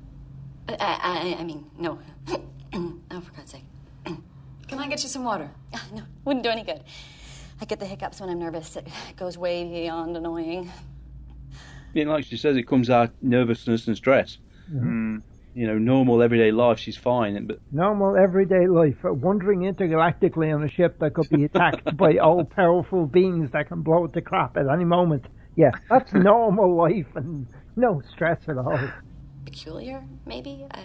Speaker 4: I, I, I mean, no. oh, for God's sake.
Speaker 9: Can I get you some water?
Speaker 4: Ah, No, wouldn't do any good. I get the hiccups when I'm nervous. It goes way beyond annoying.
Speaker 1: Yeah, like she says, it comes out nervousness and stress. Mm. You know, normal everyday life, she's fine, but
Speaker 2: Normal everyday life, uh, wandering intergalactically on a ship that could be attacked by all powerful beings that can blow it to crap at any moment. Yeah, that's normal life and no stress at all.
Speaker 4: peculiar, maybe. Uh,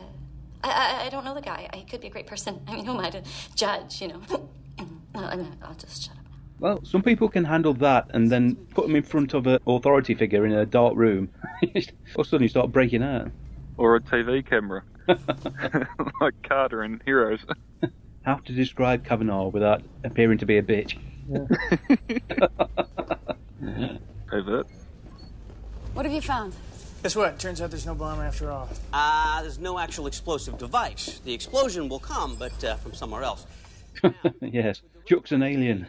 Speaker 4: I, I I don't know the guy. I he could be a great person. I mean, who am I to judge? You know. Uh, I mean, I'll just shut up.
Speaker 1: Well, some people can handle that and then put them in front of an authority figure in a dark room. All of a sudden, you start breaking out.
Speaker 3: Or a TV camera. like Carter in Heroes.
Speaker 1: How to describe Kavanaugh without appearing to be a bitch?
Speaker 3: Overt.
Speaker 9: What have you found?
Speaker 6: Guess what? Turns out there's no bomb after all. Ah, there's no actual explosive device. The explosion will come, but uh, from somewhere else.
Speaker 1: yes, Chuck's an alien.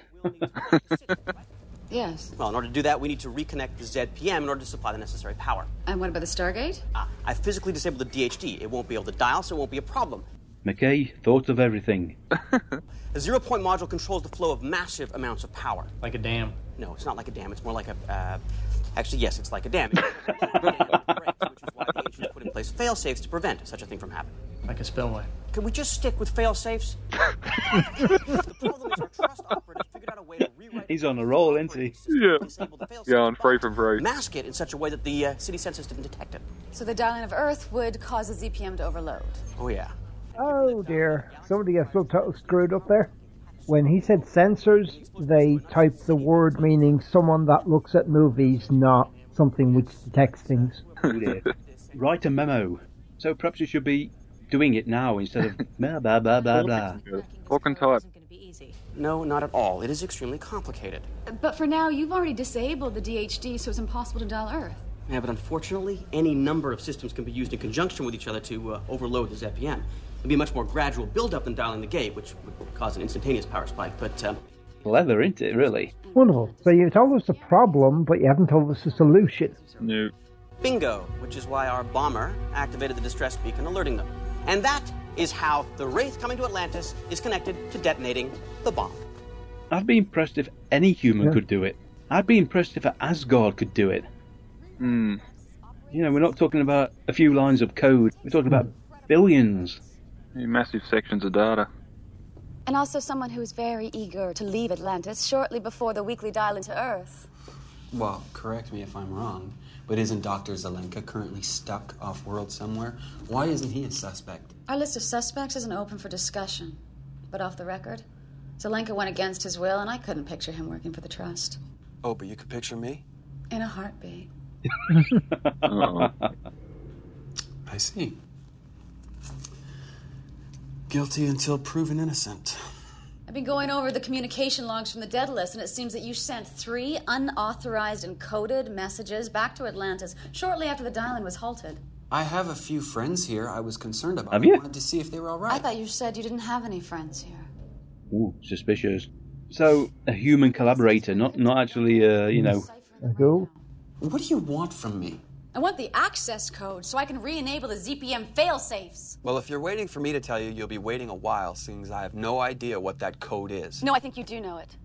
Speaker 9: Yes.
Speaker 6: Well, in order to do that, we need to reconnect the ZPM in order to supply the necessary power.
Speaker 9: And what about the Stargate?
Speaker 6: Ah, I physically disabled the DHD. It won't be able to dial, so it won't be a problem.
Speaker 1: McKay thought of everything.
Speaker 6: The zero point module controls the flow of massive amounts of power. Like a dam. No, it's not like a dam. It's more like a. Uh, actually, yes, it's like a dam. It breaks, which is why the ancients put in place fail safes to prevent such a thing from happening.
Speaker 11: Like a spillway.
Speaker 6: Can we just stick with fail safes?
Speaker 1: He's on a roll, isn't he?
Speaker 3: Yeah. Going free from free.
Speaker 6: Mask it in such a way that the uh, city sensors didn't detect it.
Speaker 9: So the dialing of Earth would cause the ZPM to overload.
Speaker 6: Oh, yeah.
Speaker 2: Oh dear, somebody got so totally screwed up there. When he said sensors, they typed the word meaning someone that looks at movies, not something which detects things.
Speaker 1: Write a memo. So perhaps you should be doing it now instead of blah, blah, blah, blah, blah.
Speaker 3: Talk and type.
Speaker 6: No, not at all. It is extremely complicated.
Speaker 9: But for now, you've already disabled the DHD, so it's impossible to dial Earth.
Speaker 6: Yeah, but unfortunately, any number of systems can be used in conjunction with each other to uh, overload the ZPM. It'd be a much more gradual buildup than dialing the gate, which would cause an instantaneous power spike. But um,
Speaker 1: Leather, isn't it, really?
Speaker 2: Wonderful. So you told us the problem, but you haven't told us the solution.
Speaker 3: no.
Speaker 6: bingo, which is why our bomber activated the distress beacon, alerting them. And that is how the Wraith coming to Atlantis is connected to detonating the bomb.
Speaker 1: I'd be impressed if any human could do it. I'd be impressed if Asgard could do it.
Speaker 3: Hmm.
Speaker 1: You know, we're not talking about a few lines of code. We're talking about billions.
Speaker 3: Massive sections of data.
Speaker 9: And also someone who is very eager to leave Atlantis shortly before the weekly dial into Earth.
Speaker 5: Well, correct me if I'm wrong, but isn't Dr. Zelenka currently stuck off world somewhere? Why isn't he a suspect?
Speaker 9: Our list of suspects isn't open for discussion. But off the record, Zelenka went against his will, and I couldn't picture him working for the Trust.
Speaker 5: Oh, but you could picture me?
Speaker 9: In a heartbeat.
Speaker 1: Oh.
Speaker 5: I see. Guilty until proven innocent.
Speaker 9: I've been going over the communication logs from the dead list, and it seems that you sent three unauthorized and coded messages back to Atlantis shortly after the dial-in was halted.
Speaker 5: I have a few friends here I was concerned about.
Speaker 1: Have you?
Speaker 5: I wanted to see if they were all right.
Speaker 9: I thought you said you didn't have any friends here.
Speaker 1: Ooh, suspicious. So a human collaborator, not not actually, uh, you know.
Speaker 2: Go.
Speaker 5: What do you want from me?
Speaker 9: I want the access code so I can re-enable the ZPM failsafes.
Speaker 21: Well, if you're waiting for me to tell you, you'll be waiting a while, seeing as I have no idea what that code is.
Speaker 9: No, I think you do know it.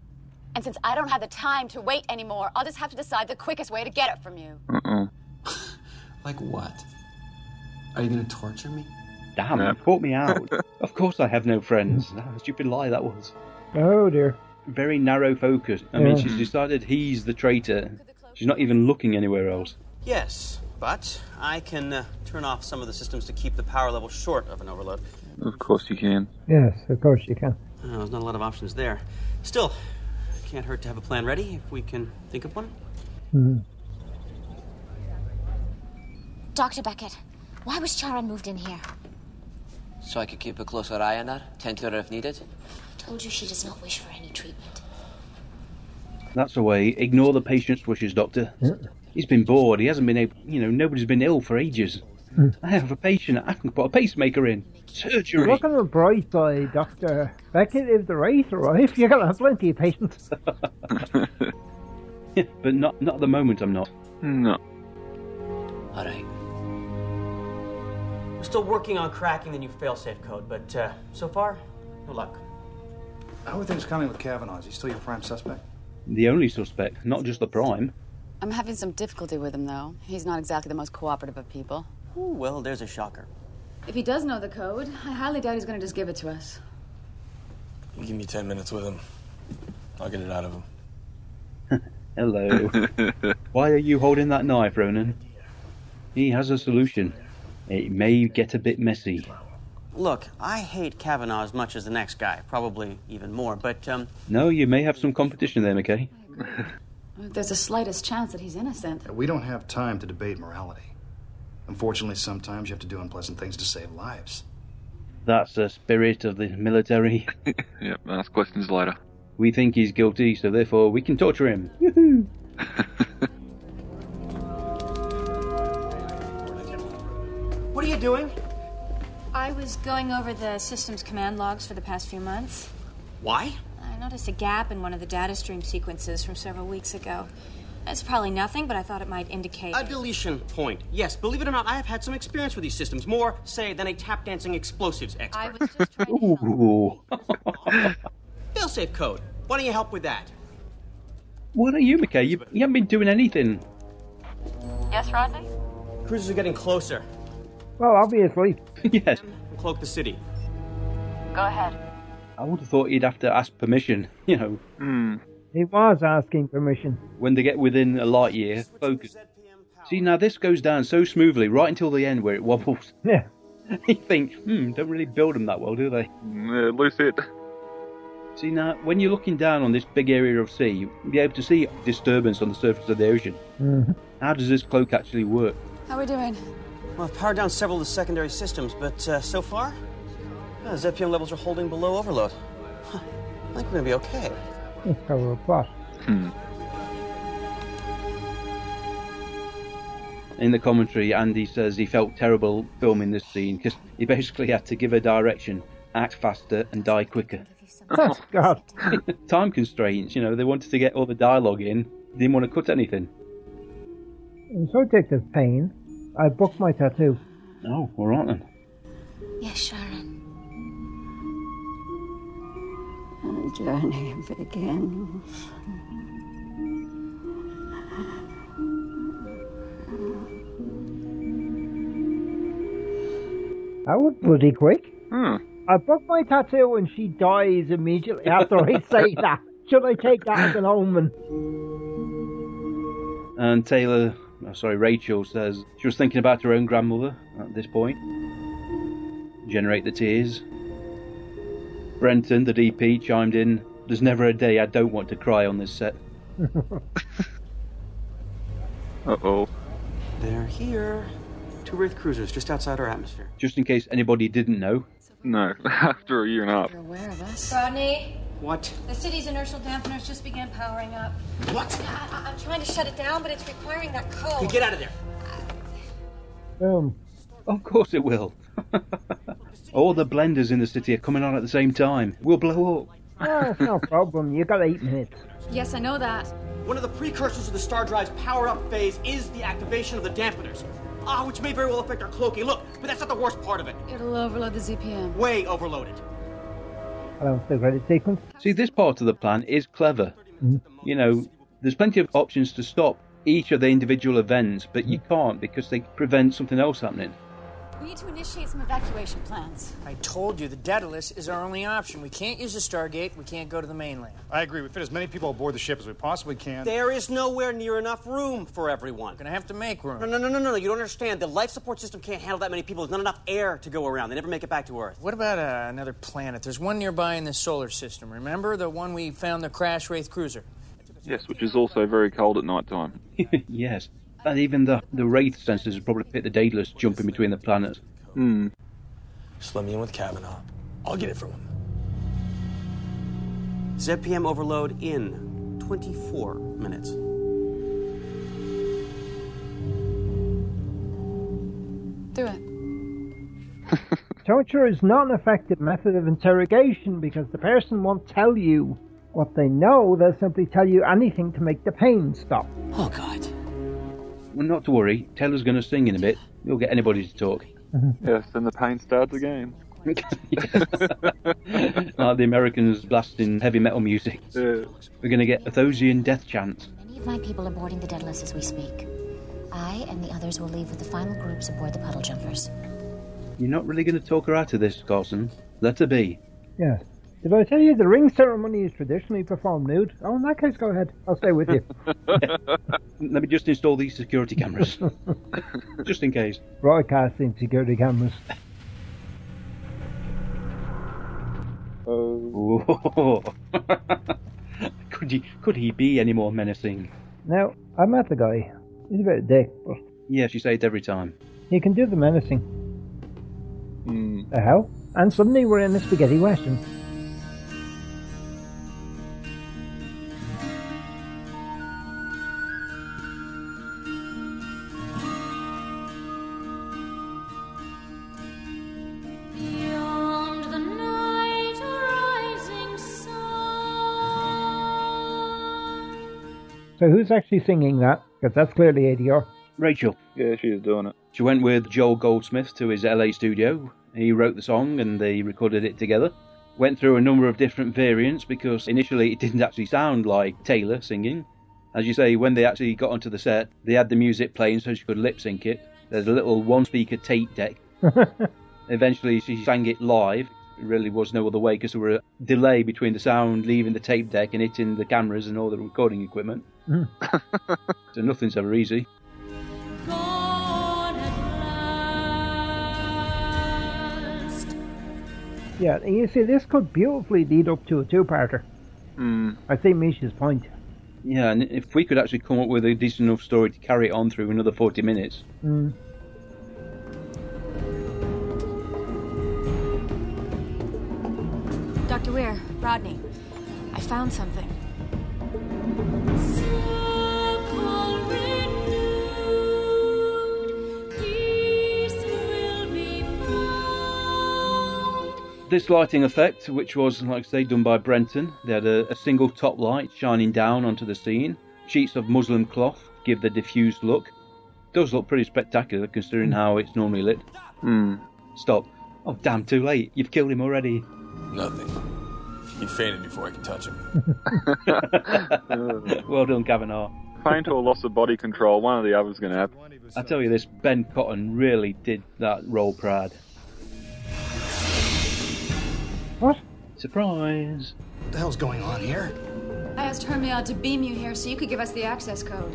Speaker 9: And since I don't have the time to wait anymore, I'll just have to decide the quickest way to get it from you.
Speaker 5: Uh-uh. like what? Are you going to torture me?
Speaker 1: Damn, you caught me out. of course, I have no friends. Ah, stupid lie that was.
Speaker 2: Oh dear.
Speaker 1: Very narrow focus. I mean,
Speaker 2: Yeah.
Speaker 1: she's decided he's the traitor. She's not even looking anywhere else.
Speaker 6: Yes, but I can uh, turn off some of the systems to keep the power level short of an overload.
Speaker 3: Of course you can.
Speaker 2: Yes, of course you can.
Speaker 6: Oh, there's not a lot of options there. Still, can't hurt to have a plan ready if we can think of one.
Speaker 2: Hmm.
Speaker 13: Dr. Beckett, why was Charon moved in here?
Speaker 8: So I could keep a closer eye on her, tend to her if needed.
Speaker 13: I told you she does not wish for any treatment.
Speaker 1: That's the way. Ignore the patient's wishes, Doctor. He's been bored. He hasn't been able. You know, nobody's been ill for ages. I have a patient. I can put a pacemaker in. Surgery.
Speaker 2: Look on the bright side, Doctor Beckett. If the race arrives, you're gonna have plenty of patients.
Speaker 1: but not not at the moment. I'm not.
Speaker 3: No.
Speaker 5: All right.
Speaker 6: We're still working on cracking the new failsafe code, but uh, so far, no luck.
Speaker 15: How are things coming with Kavanaugh? Is he still your prime suspect?
Speaker 1: The only suspect, not just the prime.
Speaker 9: I'm having some difficulty with him, though. He's not exactly the most cooperative of people.
Speaker 6: Ooh, well, there's a shocker.
Speaker 9: If he does know the code, I highly doubt he's going to just give it to us.
Speaker 8: Give me ten minutes with him. I'll get it out of him.
Speaker 1: Hello. Why are you holding that knife, Ronan? He has a solution. It may get a bit messy.
Speaker 6: Look, I hate Kavanaugh as much as the next guy, probably even more, but um,
Speaker 1: No, you may have some competition there, McKay.
Speaker 9: There's the slightest chance that he's innocent.
Speaker 15: We don't have time to debate morality. Unfortunately, sometimes you have to do unpleasant things to save lives.
Speaker 1: That's the spirit of the military.
Speaker 3: Yep, ask questions later.
Speaker 1: We think he's guilty, so therefore we can torture him.
Speaker 19: What are you doing? I was going over the system's command logs for the past few months.
Speaker 6: why?
Speaker 19: I noticed a gap in one of the data stream sequences from several weeks ago. It's probably nothing, but I thought it might indicate.
Speaker 6: A deletion point. Yes, believe it or not, I have had some experience with these systems. More, say, than a tap dancing explosives expert. I was just
Speaker 1: Ooh.
Speaker 6: Failsafe code. Why don't you help with that?
Speaker 1: What are you, McKay? You, you haven't been doing anything.
Speaker 14: Yes, Rodney?
Speaker 6: Cruisers are getting closer.
Speaker 2: Well, obviously.
Speaker 1: yes.
Speaker 6: Cloak the city.
Speaker 14: Go ahead.
Speaker 1: I would have thought you'd have to ask permission, you know.
Speaker 2: He was asking permission.
Speaker 1: when they get within a light year. Focus. See, now this goes down so smoothly right until the end where it wobbles.
Speaker 2: Yeah.
Speaker 1: you think, hmm, don't really build them that well, do they?
Speaker 3: Yeah, loose it.
Speaker 1: See, now when you're looking down on this big area of sea, you'll be able to see disturbance on the surface of the ocean. How does this cloak actually work?
Speaker 9: How are we doing?
Speaker 6: Well, I've powered down several of the secondary systems, but uh, so far, uh, ZPM levels are holding below overload. Huh, I think we're gonna be okay.
Speaker 2: Let's cover a plot.
Speaker 1: Hmm. In the commentary, Andy says he felt terrible filming this scene because he basically had to give a direction, act faster, and die quicker.
Speaker 2: Oh, God.
Speaker 1: Time constraints, you know, they wanted to get all the dialogue in, didn't want to cut anything.
Speaker 2: I'm subject of pain. I booked my tattoo.
Speaker 1: Oh, all right then.
Speaker 13: Yes, Sharon.
Speaker 22: Our journey begins.
Speaker 2: That was bloody quick.
Speaker 3: Hmm.
Speaker 2: I booked my tattoo and she dies immediately after I say that. Should I take that as an omen?
Speaker 1: And Taylor, oh, sorry, Rachel says she was thinking about her own grandmother at this point. Generate the tears. Brenton, the DP, chimed in. There's never a day I don't want to cry on this set.
Speaker 3: Uh oh.
Speaker 6: They're here. Two Wraith cruisers just outside our atmosphere.
Speaker 1: Just in case anybody didn't know,
Speaker 3: No, after a year and a half.
Speaker 9: aware of us.
Speaker 19: Rodney,
Speaker 6: What?
Speaker 19: the city's inertial dampeners just began powering up. What? I, I, am trying to shut it down, but it's requiring that code.
Speaker 6: You get out of there.
Speaker 2: Um,
Speaker 1: of course it will. All the blenders in the city are coming on at the same time. We'll blow up.
Speaker 2: Ah, it's no problem. You got eight minutes.
Speaker 9: Yes, I know that.
Speaker 6: One of the precursors of the star drive's power up phase is the activation of the dampeners. Ah, which may very well affect our cloaking. Look, but that's not the worst part of it.
Speaker 9: It'll overload the ZPM.
Speaker 6: Way overloaded.
Speaker 2: Hello, the credit sequence.
Speaker 1: See, this part of the plan is clever.
Speaker 2: Mm-hmm.
Speaker 1: You know, there's plenty of options to stop each of the individual events, but you
Speaker 2: Mm-hmm.
Speaker 1: can't because they prevent something else happening.
Speaker 9: We need to initiate some evacuation plans.
Speaker 7: I told you the Daedalus is our only option. We can't use the Stargate. We can't go to the mainland.
Speaker 15: I agree. We fit as many people aboard the ship as we possibly can.
Speaker 6: There is nowhere near enough room for everyone.
Speaker 7: Gonna have to make room.
Speaker 6: No, no, no, no, no. You don't understand. The life support system can't handle that many people. There's not enough air to go around. They never make it back to Earth.
Speaker 7: What about uh, another planet? There's one nearby in the solar system. Remember the one we found the crash wraith cruiser?
Speaker 3: Yes, which is also very cold at night time.
Speaker 1: yes. And even the, the Wraith sensors would probably pick the Daedalus jumping between the planets.
Speaker 3: Hmm.
Speaker 8: Just let me in with Kavanaugh. I'll get it from him.
Speaker 6: ZPM overload in 24 minutes.
Speaker 9: Do it.
Speaker 2: Torture is not an effective method of interrogation because the person won't tell you what they know. They'll simply tell you anything to make the pain stop.
Speaker 1: Oh, God. Well, not to worry. Taylor's going to sing in a bit. You'll get anybody to talk.
Speaker 3: Yes, then the pain starts again.
Speaker 1: like the Americans blasting heavy metal music. We're going to get a Thosian death chant.
Speaker 13: Many of my people are boarding the Daedalus as we speak. I and the others will leave with the final groups aboard the puddle jumpers.
Speaker 1: You're not really going to talk her out of this, Carson. Let her be.
Speaker 2: Yeah. Did I tell you the ring ceremony is traditionally performed nude? Oh, in that case, go ahead. I'll stay with you.
Speaker 1: Let me just install these security cameras. just in case.
Speaker 2: Broadcasting security cameras.
Speaker 1: Oh. could he could he be any more menacing?
Speaker 2: Now, I met the guy. He's a bit of a dick, but
Speaker 1: Yes, you say it every time.
Speaker 2: he can do the menacing.
Speaker 3: Hmm.
Speaker 2: The hell? And suddenly we're in a spaghetti western.
Speaker 14: Beyond the night, a rising sun.
Speaker 2: So who's actually singing that? Because that's clearly ADR.
Speaker 1: Rachel.
Speaker 3: Yeah, she is doing it.
Speaker 1: She went with Joel Goldsmith to his LA studio. He wrote the song and they recorded it together. Went through a number of different variants because initially it didn't actually sound like Taylor singing. As you say, when they actually got onto the set, they had the music playing so she could lip sync it. There's a little one speaker tape deck. Eventually she sang it live. There really was no other way because there were a delay between the sound leaving the tape deck and hitting the cameras and all the recording equipment.
Speaker 2: Mm.
Speaker 1: So nothing's ever easy.
Speaker 14: Gone at last.
Speaker 2: Yeah, and you see, this could beautifully lead up to a two-parter.
Speaker 3: Hmm.
Speaker 2: I see Misha's point.
Speaker 1: Yeah, and if we could actually come up with a decent enough story to carry it on through another 40 minutes,
Speaker 2: Mm.
Speaker 19: Dr. Weir, Rodney, I found something.
Speaker 14: Circle renewed. Peace will be found.
Speaker 1: This lighting effect, which was, like I say, done by Brenton, they had a, a single top light shining down onto the scene. Sheets of muslin cloth give the diffused look. Does look pretty spectacular considering how it's normally lit.
Speaker 3: Hmm.
Speaker 1: Stop. Oh, damn, too late. You've killed him already.
Speaker 8: Nothing. He fainted before I could touch him.
Speaker 1: well done, Kavanaugh.
Speaker 3: Pain or loss of body control, one or the other's going to happen.
Speaker 1: I tell you this, Ben Cotton really did that role proud.
Speaker 2: What?
Speaker 1: Surprise.
Speaker 7: What the hell's going on here?
Speaker 9: I asked Hermione to beam you here so you could give us the access code.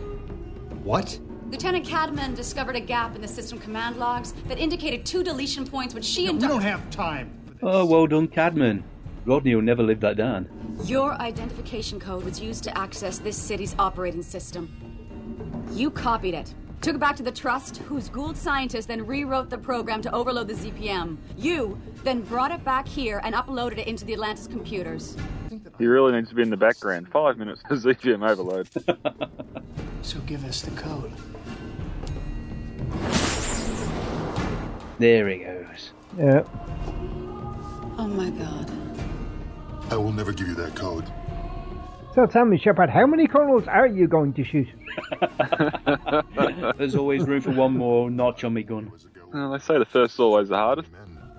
Speaker 5: What?
Speaker 9: Lieutenant Cadman discovered a gap in the system command logs that indicated two deletion points which she and
Speaker 17: We
Speaker 9: Doc-
Speaker 17: don't have time.
Speaker 1: Oh, well done, Cadman. Rodney will never live that down.
Speaker 9: Your identification code was used to access this city's operating system. You copied it.
Speaker 17: Took it back to the trust, whose Gould scientist then rewrote the program to overload the ZPM. You then brought it back here and uploaded it into the Atlantis computers.
Speaker 3: He really needs to be in the background. Five minutes of ZGM overload. Uh,
Speaker 7: So give us the code.
Speaker 1: There he goes.
Speaker 2: Yeah.
Speaker 17: Oh my god.
Speaker 18: I will never give you that code.
Speaker 2: So tell me, Shepard, how many colonels are you going to shoot?
Speaker 1: There's always room for one more notch on my gun.
Speaker 3: Well, they say the first is always the hardest.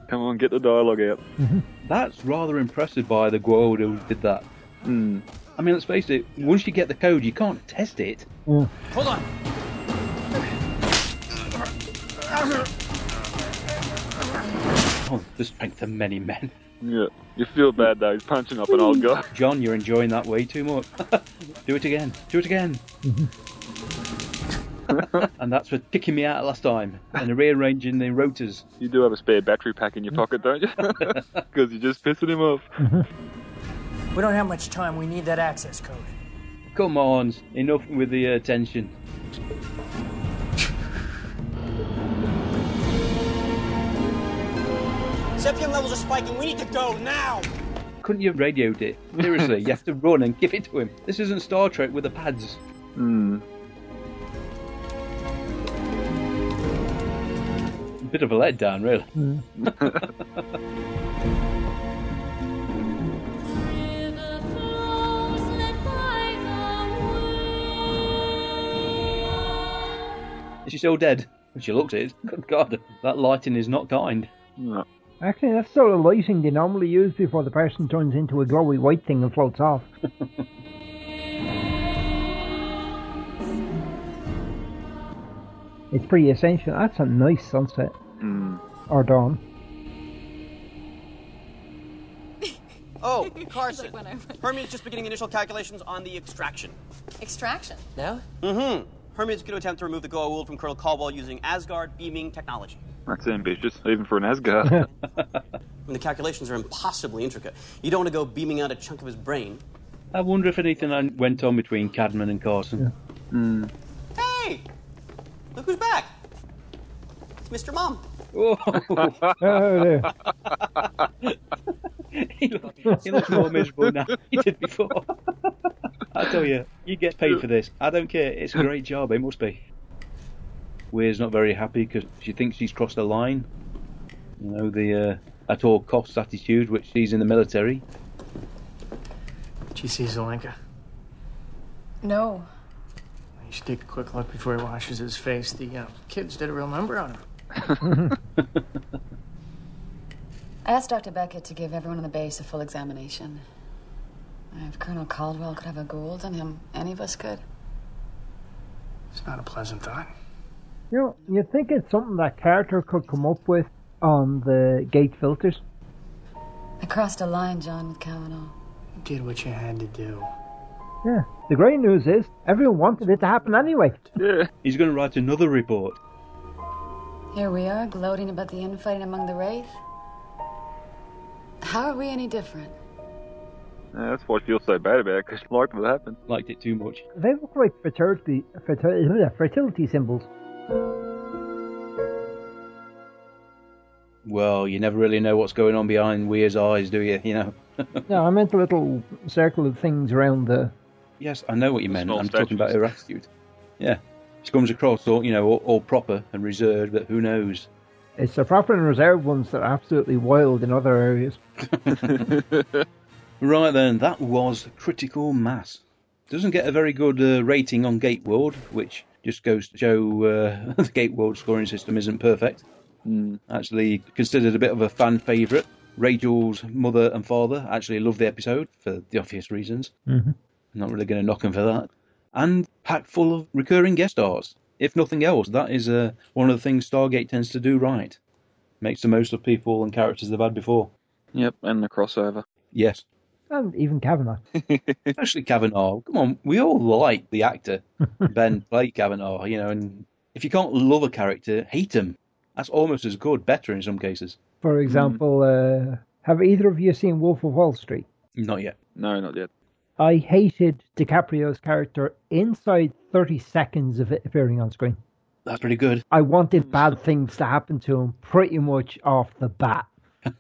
Speaker 3: Come on, get the dialogue out.
Speaker 1: That's rather impressive by the Guild who did that. I mean, let's face it, once you get the code, you can't test it. Hmm.
Speaker 11: Hold on.
Speaker 1: Oh, the strength of many men. Hmm.
Speaker 3: Yeah. You feel bad though, he's punching up an old guy.
Speaker 1: John, you're enjoying that way too much. Do it again. Do it again. and that's for kicking me out last time and rearranging the rotors.
Speaker 3: You do have a spare battery pack in your pocket, don't you? Because you're just pissing him off.
Speaker 23: We don't have much time. We need that access code.
Speaker 1: Come on, enough with the uh, tension.
Speaker 6: Septium levels are spiking. We need to go now.
Speaker 1: Couldn't you have radioed it? Seriously, you have to run and give it to him. This isn't Star Trek with the pads.
Speaker 3: Hmm.
Speaker 1: Bit of a letdown, really. Is she still dead? She looks it. Good God, that lighting is not kind.
Speaker 2: Actually, that's sort of lighting they normally use before the person turns into a glowy white thing and floats off. it's pretty essential. That's a nice sunset or dawn.
Speaker 6: Oh, Carson. Hermione's just beginning initial calculations on the extraction.
Speaker 17: Extraction.
Speaker 6: No? Mm hmm. Hermione's going to attempt to remove the Goa'uld from Colonel Caldwell using Asgard beaming technology.
Speaker 3: That's ambitious, even for an Asgard.
Speaker 6: And the calculations are impossibly intricate. You don't want to go beaming out a chunk of his brain.
Speaker 1: I wonder if anything un- went on between Cadman and Carson.
Speaker 6: Hey! Look who's back! It's Mr. Mom.
Speaker 1: Oh. he, looked, he looked more miserable now than he did before. I tell you, you get paid for this. I don't care. It's a great job. It must be. Weir's not very happy because she thinks she's crossed a line. You know the uh, at all costs attitude which she's in the military.
Speaker 23: She sees Zelenka.
Speaker 9: No.
Speaker 23: You should take a quick look before he washes his face. The uh, kids did a real number on him.
Speaker 17: I asked Dr. Beckett to give everyone on the base a full examination. If Colonel Caldwell could have a Gould on him, any of us could.
Speaker 23: It's not a pleasant thought.
Speaker 2: You know, you think it's something that Carter could come up with on the gate filters?
Speaker 17: I crossed a line, John, with Kavanaugh.
Speaker 23: You did what you had to do.
Speaker 2: Yeah. The great news is everyone wanted it to happen anyway.
Speaker 3: Yeah.
Speaker 1: He's going to write another report.
Speaker 17: Here we are, gloating about the infighting among the Wraith. How are we any different?
Speaker 3: Yeah, that's why she feels so bad about it, because she liked what happened.
Speaker 1: Liked it too much.
Speaker 2: They look like fertility, fertility, fertility symbols.
Speaker 1: Well, you never really know what's going on behind Weir's eyes, do you? You know.
Speaker 2: No, I meant the little circle of things around the.
Speaker 1: Yes, I know what you meant.
Speaker 2: Small
Speaker 1: I'm talking about her attitude. Yeah, she comes across all you know, all, all proper and reserved, but who knows?
Speaker 2: It's the proper and reserved ones that are absolutely wild in other areas.
Speaker 1: Right then, that was Critical Mass. Doesn't get a very good uh, rating on Gateworld, which just goes to show uh, the Gateworld scoring system isn't perfect. Actually, considered a bit of a fan favourite. Rajal's mother and father actually loved the episode for the obvious reasons.
Speaker 12: Mm-hmm.
Speaker 2: Mhm.
Speaker 1: Not really going to knock him for that. And packed full of recurring guest stars. If nothing else, that is uh, one of the things Stargate tends to do right. Makes the most of people and characters they've had before.
Speaker 3: Yep, and the crossover.
Speaker 1: Yes.
Speaker 2: And even Kavanaugh.
Speaker 1: Especially Kavanaugh. Come on, we all like the actor Ben played Kavanaugh, you know, and if you can't love a character, hate him. That's almost as good, better in some cases.
Speaker 2: For example, uh, have either of you seen Wolf of Wall Street?
Speaker 1: Not yet.
Speaker 3: No, not yet.
Speaker 2: I hated DiCaprio's character inside 30 seconds of it appearing on screen.
Speaker 1: That's pretty good.
Speaker 2: I wanted bad things to happen to him pretty much off the bat.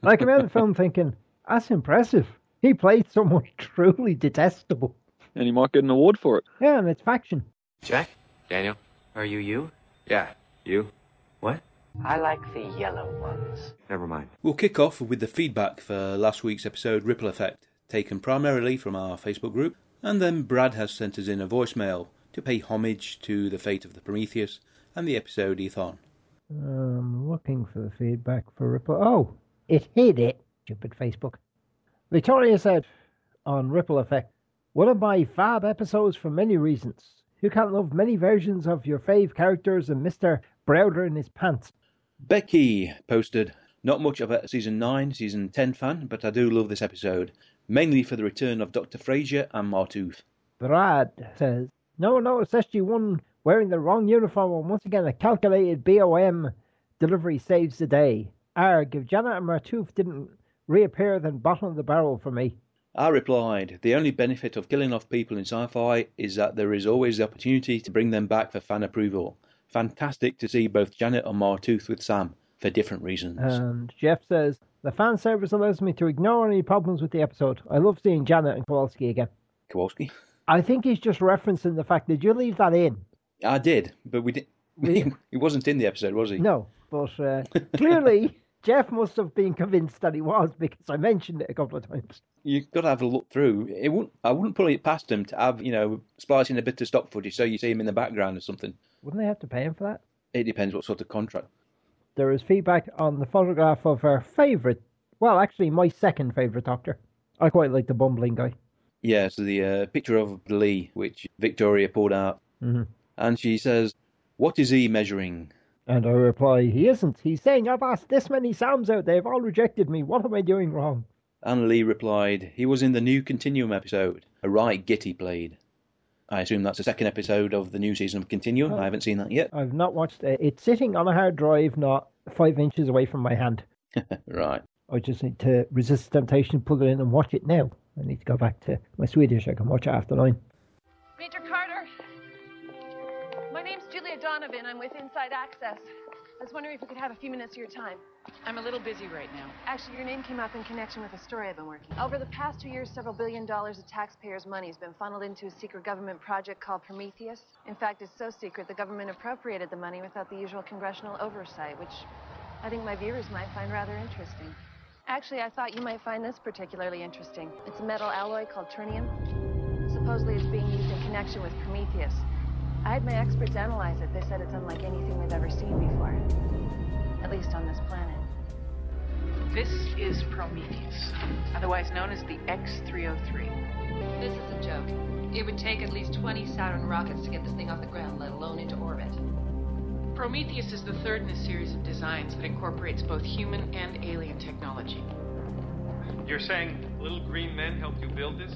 Speaker 2: Like I remember the film thinking, that's impressive. He played someone truly detestable.
Speaker 3: And he might get an award for it.
Speaker 2: Yeah, and it's faction.
Speaker 10: Jack? Daniel? Are you you? Yeah, you. What? I like the yellow ones. Never mind.
Speaker 1: We'll kick off with the feedback for last week's episode, Ripple Effect, taken primarily from our Facebook group, and then Brad has sent us in a voicemail to pay homage to the fate of the Prometheus and the episode Ethon.
Speaker 2: Um, looking for the feedback for Ripple. Oh, it hid it. Stupid Facebook. Victoria said on Ripple Effect, one of my fab episodes for many reasons. You can love many versions of your fave characters and Mr. Browder in his pants.
Speaker 1: Becky posted, Not much of a season 9, season 10 fan, but I do love this episode, mainly for the return of Dr. Frazier and Martooth.
Speaker 2: Brad says, No one noticed SG1 wearing the wrong uniform, and once again, a calculated BOM delivery saves the day. Arg, if Janet and Martooth didn't reappear, then bottom of the barrel for me.
Speaker 1: I replied, The only benefit of killing off people in sci fi is that there is always the opportunity to bring them back for fan approval. Fantastic to see both Janet and Martooth with Sam for different reasons.
Speaker 2: And Jeff says, The fan service allows me to ignore any problems with the episode. I love seeing Janet and Kowalski again.
Speaker 1: Kowalski?
Speaker 2: I think he's just referencing the fact, did you leave that in?
Speaker 1: I did, but we did.
Speaker 2: We-
Speaker 1: he wasn't in the episode, was he?
Speaker 2: No, but uh, clearly Jeff must have been convinced that he was because I mentioned it a couple of times.
Speaker 1: You've got to have a look through. It wouldn't, I wouldn't put it past him to have, you know, splice in a bit of stock footage so you see him in the background or something.
Speaker 2: Wouldn't they have to pay him for that?
Speaker 1: It depends what sort of contract.
Speaker 2: There is feedback on the photograph of her favourite, well, actually, my second favourite doctor. I quite like the bumbling guy.
Speaker 1: Yeah, so the uh, picture of Lee, which Victoria pulled out,
Speaker 2: Mm-hmm.
Speaker 1: and she says, What is he measuring?
Speaker 2: And I reply, he isn't. He's saying, I've asked this many Sams out, they've all rejected me. What am I doing wrong?
Speaker 1: And Lee replied, He was in the new Continuum episode, a right git he played. I assume that's the second episode of the new season of Continuum. I haven't seen that yet.
Speaker 2: I've not watched it. It's sitting on a hard drive, not five inches away from my hand.
Speaker 1: right.
Speaker 2: I just need to resist the temptation, pull it in, and watch it now. I need to go back to my Swedish. I can watch it after nine.
Speaker 16: Major Carter, my name's Julia Donovan. I'm with Inside Access. I was wondering if we could have a few minutes of your time.
Speaker 20: I'm a little busy right now.
Speaker 16: Actually, your name came up in connection with a story I've been working on. Over the past two years, several billion dollars of taxpayers' money has been funneled into a secret government project called Prometheus. In fact, it's so secret the government appropriated the money without the usual congressional oversight, which I think my viewers might find rather interesting. Actually, I thought you might find this particularly interesting. It's a metal alloy called Trinium. Supposedly, it's being used in connection with Prometheus. I had my experts analyze it. They said it's unlike anything they've ever seen before, at least on this planet.
Speaker 20: This is Prometheus, otherwise known as the X303.
Speaker 16: This is a joke. It would take at least 20 Saturn rockets to get this thing off the ground, let alone into orbit.
Speaker 20: Prometheus is the third in a series of designs that incorporates both human and alien technology.
Speaker 24: You're saying little green men helped you build this?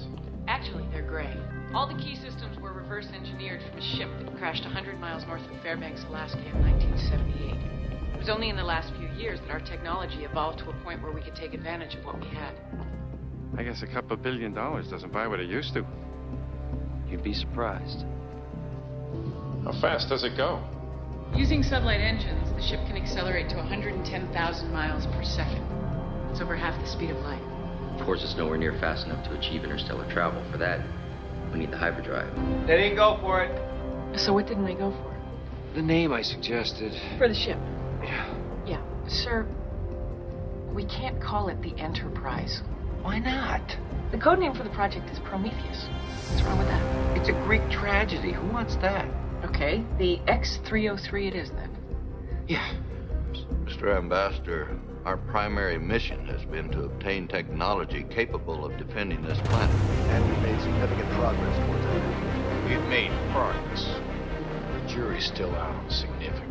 Speaker 20: Actually, they're gray. All the key systems were reverse engineered from a ship that crashed 100 miles north of Fairbanks, Alaska in 1978. It was only in the last few years that our technology evolved to a point where we could take advantage of what we had.
Speaker 24: I guess a couple billion dollars doesn't buy what it used to. You'd be surprised. How fast does it go?
Speaker 20: Using sublight engines, the ship can accelerate to 110,000 miles per second. It's over half the speed of light.
Speaker 25: Of course, it's nowhere near fast enough to achieve interstellar travel. For that, we need the hyperdrive.
Speaker 24: They didn't go for it.
Speaker 20: So what didn't they go for?
Speaker 25: The name I suggested.
Speaker 20: For the ship. Yeah. Yeah. Sir, we can't call it the Enterprise. Why not? The code name for the project is Prometheus. What's wrong with that? It's a Greek tragedy. Who wants that? Okay, the X303 it is then. Yeah.
Speaker 26: Mr. Ambassador, our primary mission has been to obtain technology capable of defending this planet. And we've made significant progress towards that. We've made progress. The jury's still out on significant.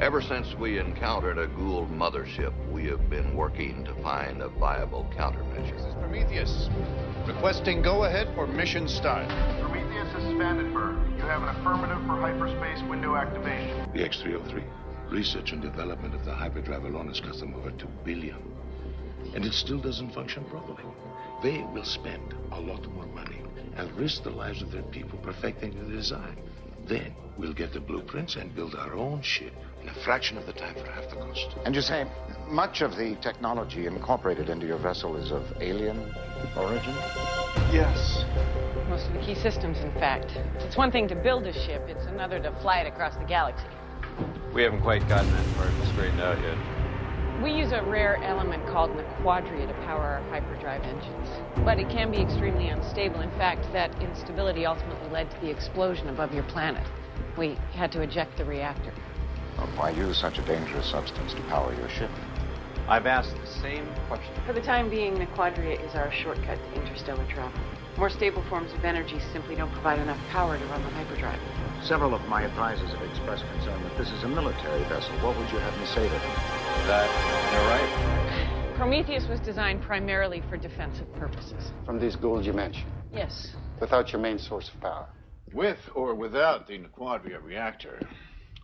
Speaker 26: Ever since we encountered a Gould mothership, we have been working to find a viable countermeasure. This is Prometheus. Requesting go ahead for mission start.
Speaker 27: Prometheus is Vandenberg. You have an affirmative for hyperspace window activation.
Speaker 26: The X303. Research and development of the hyperdrive alone has cost them over two billion. And it still doesn't function properly. They will spend a lot more money and risk the lives of their people perfecting the design.
Speaker 27: Then we'll get the blueprints and build our own ship in a fraction of the time for half the cost.
Speaker 20: And you say much of the technology incorporated into your vessel is of alien origin?
Speaker 27: Yes.
Speaker 20: Most of the key systems, in fact. It's one thing to build a ship, it's another to fly it across the galaxy.
Speaker 12: We haven't quite gotten that part straightened out yet.
Speaker 20: We use a rare element called the quadria to power our hyperdrive engines. But it can be extremely unstable. In fact, that instability ultimately led to the explosion above your planet. We had to eject the reactor. Uh, Why use such a dangerous substance to power your ship?
Speaker 12: I've asked the same question.
Speaker 20: For the time being, the quadria is our shortcut to interstellar travel. More stable forms of energy simply don't provide enough power to run the hyperdrive. Several of my advisors have expressed concern that this is a military vessel. What would you have me say to them? That you're right. Prometheus was designed primarily for defensive purposes.
Speaker 27: From these goals you mentioned,
Speaker 20: Yes,
Speaker 27: without your main source of power. With or without the Quadria reactor,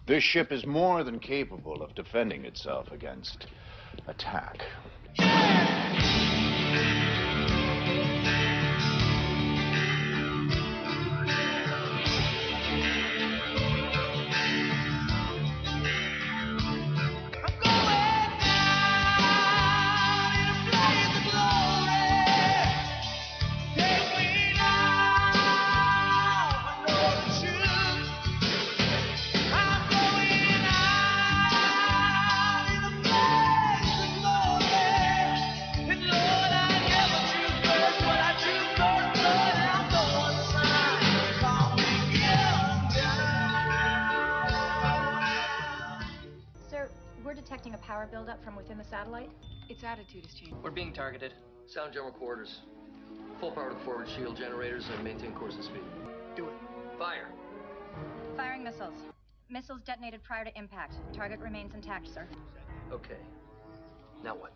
Speaker 27: this ship is more than capable of defending itself against attack.
Speaker 28: Sir, we're detecting a power buildup from within the satellite. Its attitude is changing.
Speaker 25: We're being targeted. Sound general quarters. Full power to the forward shield generators and maintain course and speed. Do it. Fire.
Speaker 29: Firing missiles. Missiles detonated prior to impact. Target remains intact, sir.
Speaker 25: Okay. Now what?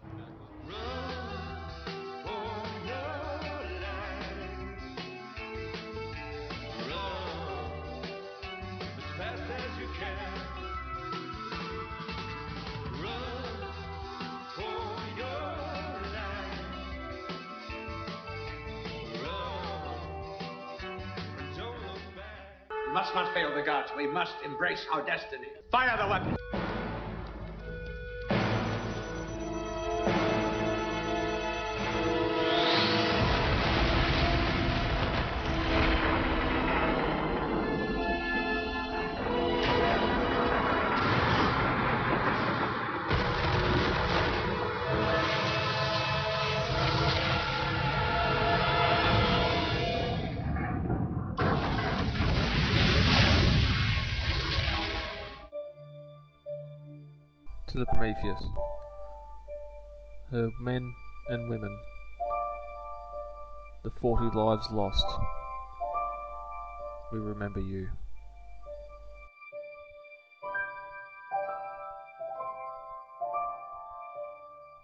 Speaker 19: We must not fail the gods. We must embrace our destiny. Fire the weapon! to the Prometheus. Her men and women. The 40 lives lost. We remember you.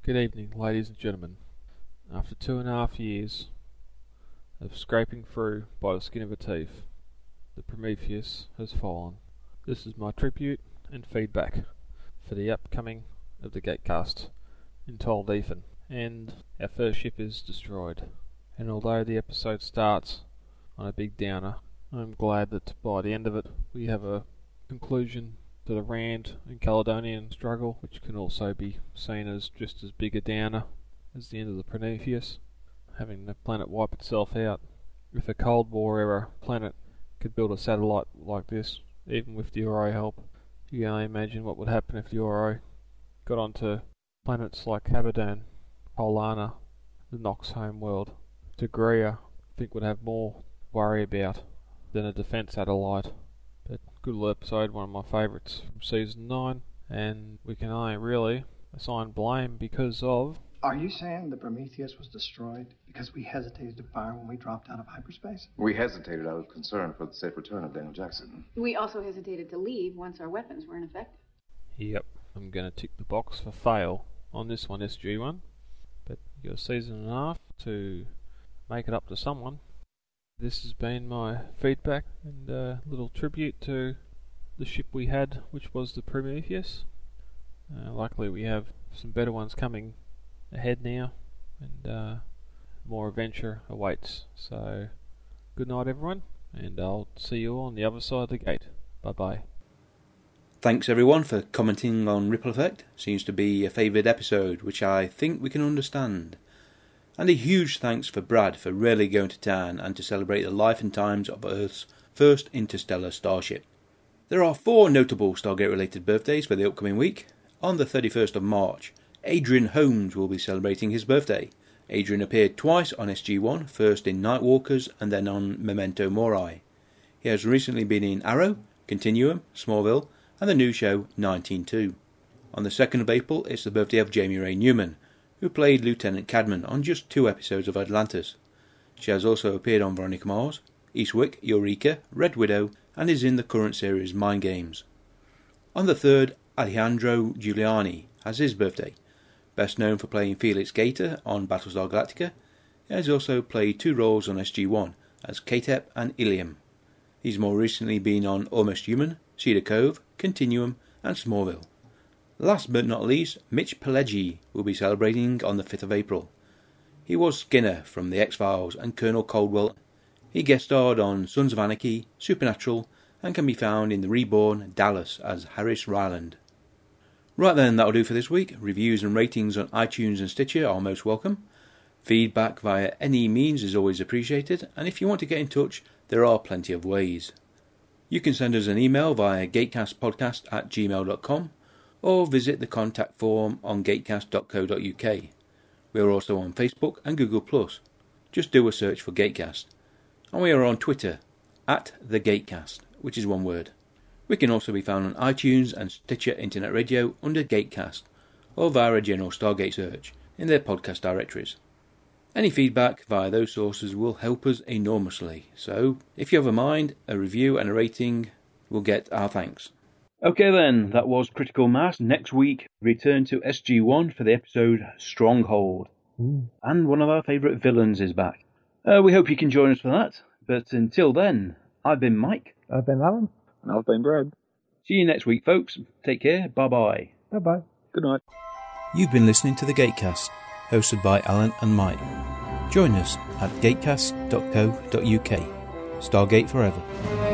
Speaker 19: Good evening, ladies and gentlemen. After two and a half years of scraping through by the skin of her teeth, the Prometheus has fallen. This is my tribute and feedback for the upcoming of the Gatecast in Tall Ethan, and our first ship is destroyed. And although the episode starts on a big downer, I'm glad that by the end of it we have a conclusion to the Rand and Caledonian struggle, which can also be seen as just as big a downer as the end of the Prometheus, having the planet wipe itself out. If a Cold War era planet could build a satellite like this, even with the Ori help, you can only imagine what would happen if the Oro got onto planets like Abadan, Polana, the Nox home world. Degria, I think, would have more worry about than a defence satellite. But good little episode, one of my favourites from season 9, and we can only really assign blame because of.
Speaker 15: Are you saying the Prometheus was destroyed because we hesitated to fire when we dropped out of hyperspace?
Speaker 20: We hesitated out of concern for the safe return of Daniel Jackson.
Speaker 30: We also hesitated to leave once our weapons were ineffective.
Speaker 19: Yep, I'm going to tick the box for fail on this one, SG1. But you got a season and a half to make it up to someone. This has been my feedback and a little tribute to the ship we had, which was the Prometheus. Uh, luckily, we have some better ones coming ahead now, and uh, more adventure awaits. So, good night, everyone, and I'll see you on the other side of the gate. Bye bye.
Speaker 1: Thanks everyone for commenting on Ripple Effect. Seems to be a favoured episode, which I think we can understand. And a huge thanks for Brad for really going to town and to celebrate the life and times of Earth's first interstellar starship. There are four notable Stargate related birthdays for the upcoming week. On the 31st of March, Adrian Holmes will be celebrating his birthday. Adrian appeared twice on SG1, first in Nightwalkers and then on Memento Mori. He has recently been in Arrow, Continuum, Smallville, and the new show 192. On the 2nd of April, it's the birthday of Jamie Ray Newman, who played Lieutenant Cadman on just two episodes of Atlantis. She has also appeared on Veronica Mars, Eastwick, Eureka, Red Widow, and is in the current series Mind Games. On the 3rd, Alejandro Giuliani has his birthday. Best known for playing Felix Gator on Battlestar Galactica, he has also played two roles on SG1 as Katep and Ilium. He's more recently been on Almost Human, Cedar Cove, Continuum, and Smallville. Last but not least, Mitch Pileggi will be celebrating on the 5th of April. He was Skinner from The X Files and Colonel Coldwell. He guest starred on Sons of Anarchy, Supernatural, and can be found in the reborn Dallas as Harris Ryland. Right then, that'll do for this week. Reviews and ratings on iTunes and Stitcher are most welcome. Feedback via any means is always appreciated, and if you want to get in touch, there are plenty of ways. You can send us an email via gatecastpodcast at gmail.com or visit the contact form on gatecast.co.uk. We are also on Facebook and Google. Plus. Just do a search for Gatecast. And we are on Twitter at the Gatecast, which is one word. We can also be found on iTunes and Stitcher Internet Radio under Gatecast or via a general Stargate search in their podcast directories. Any feedback via those sources will help us enormously. So, if you have a mind, a review and a rating will get our thanks. Okay, then, that was Critical Mass. Next week, return to SG1 for the episode Stronghold. And one of our favourite villains is back. Uh, we hope you can join us for that. But until then, I've been Mike.
Speaker 2: I've been Alan.
Speaker 3: And I've been Brad.
Speaker 1: See you next week, folks. Take care. Bye bye.
Speaker 2: Bye bye.
Speaker 3: Good night.
Speaker 1: You've been listening to The Gatecast, hosted by Alan and Mike. Join us at gatecast.co.uk. Stargate Forever.